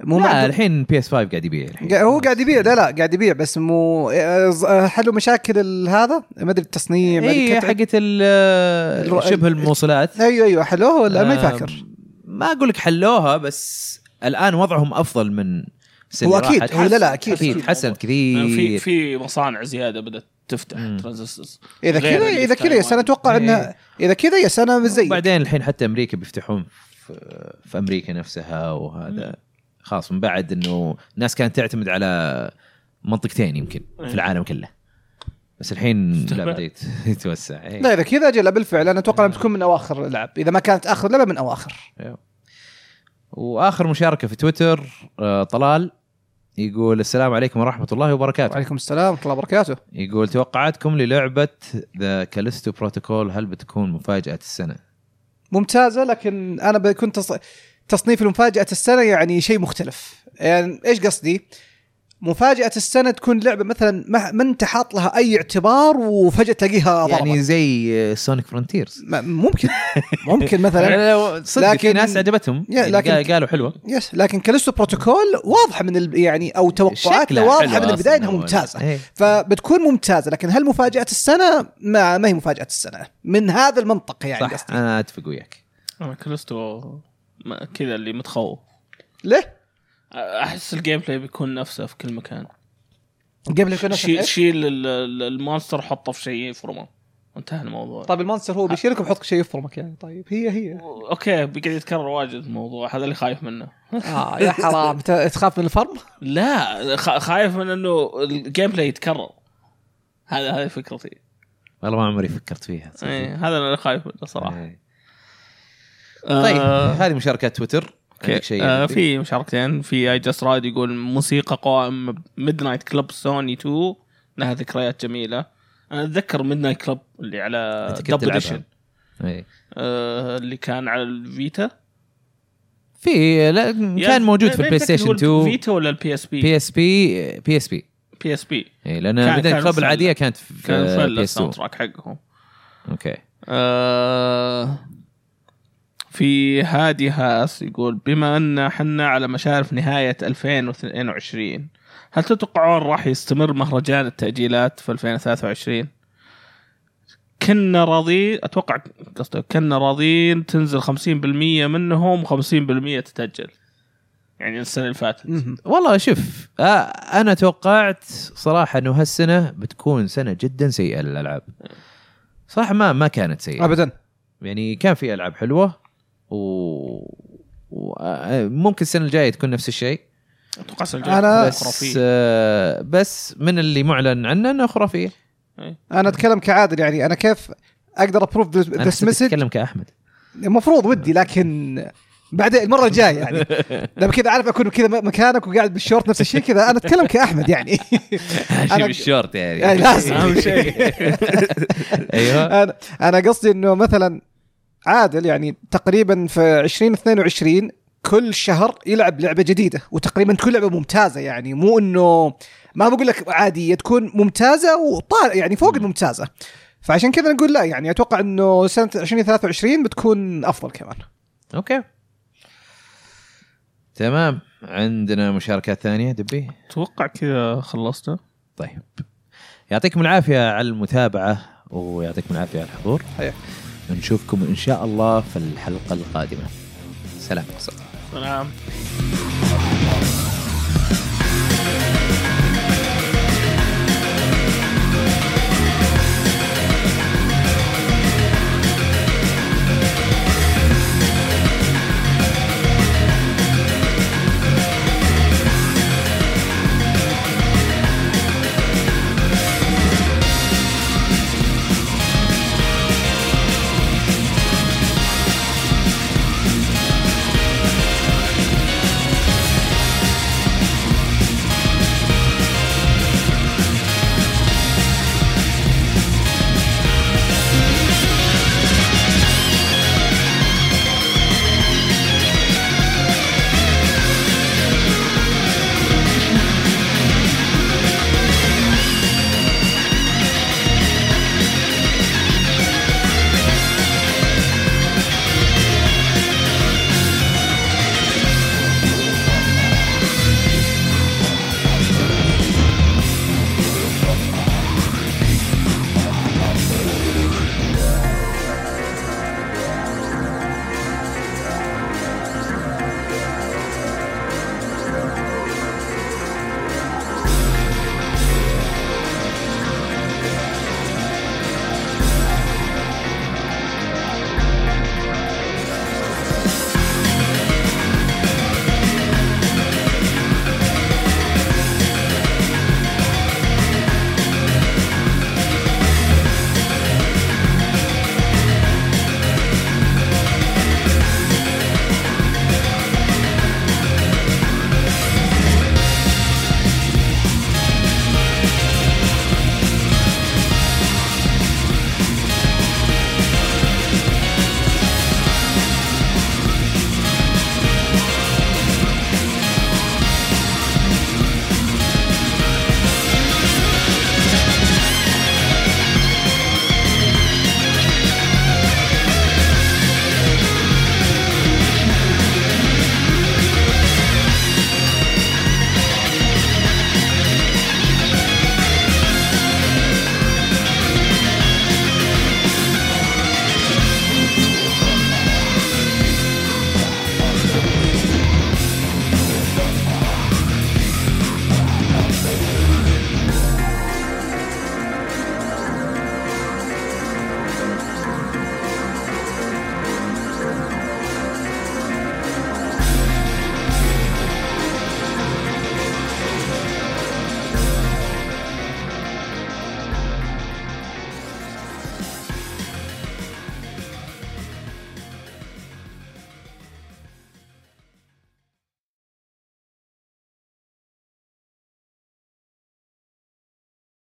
[SPEAKER 2] مو
[SPEAKER 1] لا
[SPEAKER 2] معدل.
[SPEAKER 1] الحين بي اس 5 قاعد يبيع الحين
[SPEAKER 2] قا- هو قاعد يبيع لا لا قاعد يبيع بس مو آه، ز- آه، حلوا مشاكل ال- هذا ما ادري التصنيع ما أدري
[SPEAKER 1] اي
[SPEAKER 2] كت-
[SPEAKER 1] إيه، حقت ال-
[SPEAKER 2] الر-
[SPEAKER 1] شبه الموصلات
[SPEAKER 2] ايوه ايوه حلوه ولا ما
[SPEAKER 1] آم،
[SPEAKER 2] يفكر
[SPEAKER 1] ما اقول لك حلوها بس الان وضعهم افضل من سنة
[SPEAKER 2] هو أكيد،
[SPEAKER 1] راحت.
[SPEAKER 2] هو لا لا،
[SPEAKER 1] أكيد،
[SPEAKER 2] أكيد.
[SPEAKER 1] اكيد حسنت كثير
[SPEAKER 3] في في مصانع زياده بدات تفتح
[SPEAKER 1] مم.
[SPEAKER 3] ترانزستورز
[SPEAKER 2] اذا
[SPEAKER 3] غير
[SPEAKER 2] كذا
[SPEAKER 3] اللي
[SPEAKER 2] اذا
[SPEAKER 3] في
[SPEAKER 2] كذا يا سنه
[SPEAKER 3] تايوان.
[SPEAKER 2] اتوقع انه
[SPEAKER 1] إيه.
[SPEAKER 2] اذا كذا يا سنه مزيف
[SPEAKER 1] بعدين الحين حتى امريكا بيفتحون في, في امريكا نفسها وهذا خلاص من بعد انه الناس كانت تعتمد على منطقتين يمكن
[SPEAKER 3] إيه.
[SPEAKER 1] في العالم كله بس الحين لا
[SPEAKER 3] استهبال.
[SPEAKER 1] بديت يتوسع إيه.
[SPEAKER 2] لا اذا كذا اجل بالفعل انا اتوقع انها بتكون من اواخر اللعب اذا ما كانت اخر لعبه من اواخر
[SPEAKER 1] واخر مشاركه في تويتر آه، طلال يقول السلام عليكم ورحمه الله وبركاته
[SPEAKER 2] وعليكم السلام ورحمه الله وبركاته
[SPEAKER 1] يقول توقعاتكم للعبه ذا كاليستو بروتوكول هل بتكون مفاجاه السنه؟
[SPEAKER 2] ممتازه لكن انا بكون تص... تصنيف المفاجاه السنه يعني شيء مختلف يعني ايش قصدي مفاجاه السنه تكون لعبه مثلا ما, ما انت حاط لها اي اعتبار وفجاه تلاقيها
[SPEAKER 1] يعني
[SPEAKER 2] يعني
[SPEAKER 1] زي سونيك فرونتيرز
[SPEAKER 2] ممكن ممكن مثلا
[SPEAKER 1] صدق لكن في
[SPEAKER 2] لكن-
[SPEAKER 1] ناس عجبتهم
[SPEAKER 2] يا-
[SPEAKER 1] يعني
[SPEAKER 2] لكن-
[SPEAKER 1] قال- قالوا حلوه
[SPEAKER 2] يس لكن كاليستو بروتوكول واضحه من ال... يعني او توقعاتنا
[SPEAKER 1] شكلها
[SPEAKER 2] واضحه
[SPEAKER 1] حلوة
[SPEAKER 2] من البدايه
[SPEAKER 1] أصلاً
[SPEAKER 2] انها
[SPEAKER 1] أول.
[SPEAKER 2] ممتازه
[SPEAKER 1] إيه.
[SPEAKER 2] فبتكون ممتازه لكن هل مفاجاه السنه ما, ما هي مفاجاه السنه من هذا المنطق يعني
[SPEAKER 1] صح
[SPEAKER 2] قصدي
[SPEAKER 3] آه،
[SPEAKER 1] انا اتفق وياك
[SPEAKER 3] انا كلستو ما- كذا اللي متخوف
[SPEAKER 2] ليه؟
[SPEAKER 3] احس الجيم بلاي بيكون نفسه في كل مكان
[SPEAKER 2] قبل يكون نفس
[SPEAKER 3] شيل
[SPEAKER 2] الإيش؟
[SPEAKER 3] شيل ال- ال- المونستر حطه في شيء يفرمه وانتهى الموضوع
[SPEAKER 2] طيب المونستر هو بيشيلك وبيحط شيء يفرمك يعني طيب هي هي
[SPEAKER 3] اوكي بيقعد يتكرر واجد الموضوع هذا اللي خايف منه
[SPEAKER 2] اه يا حرام ت- تخاف من الفرم؟
[SPEAKER 3] لا خ- خايف من انه الجيم بلاي يتكرر هذا هذه فكرتي
[SPEAKER 1] والله ما عمري فكرت فيها تصدق.
[SPEAKER 3] إيه هذا اللي أنا خايف منه صراحه
[SPEAKER 1] إيه. طيب
[SPEAKER 3] آه،
[SPEAKER 1] هذه مشاركات تويتر
[SPEAKER 3] اوكي
[SPEAKER 1] عندك شيء
[SPEAKER 3] آه
[SPEAKER 1] عندي؟
[SPEAKER 3] في مشاركتين في اي جاست رايد يقول موسيقى قائم ميد نايت كلب سوني 2 لها ذكريات جميله انا اتذكر ميد نايت كلب اللي على
[SPEAKER 1] أنت كنت
[SPEAKER 3] دبل
[SPEAKER 1] تلعبها.
[SPEAKER 3] اديشن
[SPEAKER 1] إيه.
[SPEAKER 3] آه اللي كان على الفيتا
[SPEAKER 1] في لا
[SPEAKER 3] يا-
[SPEAKER 1] كان موجود في
[SPEAKER 3] ما- ما
[SPEAKER 1] البلاي
[SPEAKER 3] يتذكر
[SPEAKER 1] ستيشن
[SPEAKER 3] هو
[SPEAKER 1] 2
[SPEAKER 3] الفيتا ولا البي اس بي
[SPEAKER 1] بي اس بي بي اس بي
[SPEAKER 3] بي اس بي
[SPEAKER 1] إيه، لان
[SPEAKER 3] كان-
[SPEAKER 1] بدايه
[SPEAKER 3] كان
[SPEAKER 1] الكلاب
[SPEAKER 3] مسلة.
[SPEAKER 1] العاديه كانت في
[SPEAKER 3] كان
[SPEAKER 1] آه،
[SPEAKER 3] فل
[SPEAKER 1] بي اس
[SPEAKER 3] الساوند
[SPEAKER 1] 2
[SPEAKER 3] تراك حقهم
[SPEAKER 1] اوكي
[SPEAKER 3] آه، في هادي هاس يقول بما ان حنا على مشارف نهايه 2022 هل تتوقعون راح يستمر مهرجان التاجيلات في 2023 كنا راضي اتوقع قصده كنا راضيين تنزل 50% منهم 50% تتاجل يعني السنه اللي فاتت
[SPEAKER 1] والله شوف آه، انا توقعت صراحه انه هالسنه بتكون سنه جدا سيئه للالعاب صح ما ما كانت سيئه
[SPEAKER 2] ابدا
[SPEAKER 1] يعني كان في العاب حلوه و آه، وممكن السنه الجايه تكون نفس الشيء
[SPEAKER 3] اتوقع السنه الجاية
[SPEAKER 2] أنا
[SPEAKER 3] تكون
[SPEAKER 1] بس
[SPEAKER 3] خرافية.
[SPEAKER 1] آه، بس من اللي معلن عنه انه خرافيه
[SPEAKER 2] انا اتكلم كعادل يعني انا كيف اقدر ابروف
[SPEAKER 1] انا
[SPEAKER 2] ذس
[SPEAKER 1] كنت
[SPEAKER 2] مسج
[SPEAKER 1] اتكلم كاحمد
[SPEAKER 2] المفروض ودي لكن بعد المره الجايه يعني لما كذا عارف اكون كذا مكانك وقاعد بالشورت نفس الشيء كذا انا اتكلم كاحمد يعني أنا-
[SPEAKER 1] بالشورت
[SPEAKER 2] يعني لازم
[SPEAKER 3] اهم شيء
[SPEAKER 1] ايوه
[SPEAKER 2] انا انا قصدي انه مثلا عادل يعني تقريبا في 2022 كل شهر يلعب لعبه جديده وتقريبا تكون لعبه ممتازه يعني مو انه ما بقول لك عاديه تكون ممتازه وطال يعني فوق الممتازه فعشان كذا نقول لا يعني اتوقع انه سنه 2023 بتكون افضل كمان
[SPEAKER 1] اوكي تمام عندنا مشاركات ثانيه دبي
[SPEAKER 3] اتوقع كذا خلصنا
[SPEAKER 1] طيب يعطيكم العافيه على المتابعه ويعطيكم العافيه على الحضور
[SPEAKER 2] حياك.
[SPEAKER 1] نشوفكم ان شاء الله في الحلقه القادمه سلام
[SPEAKER 3] سلام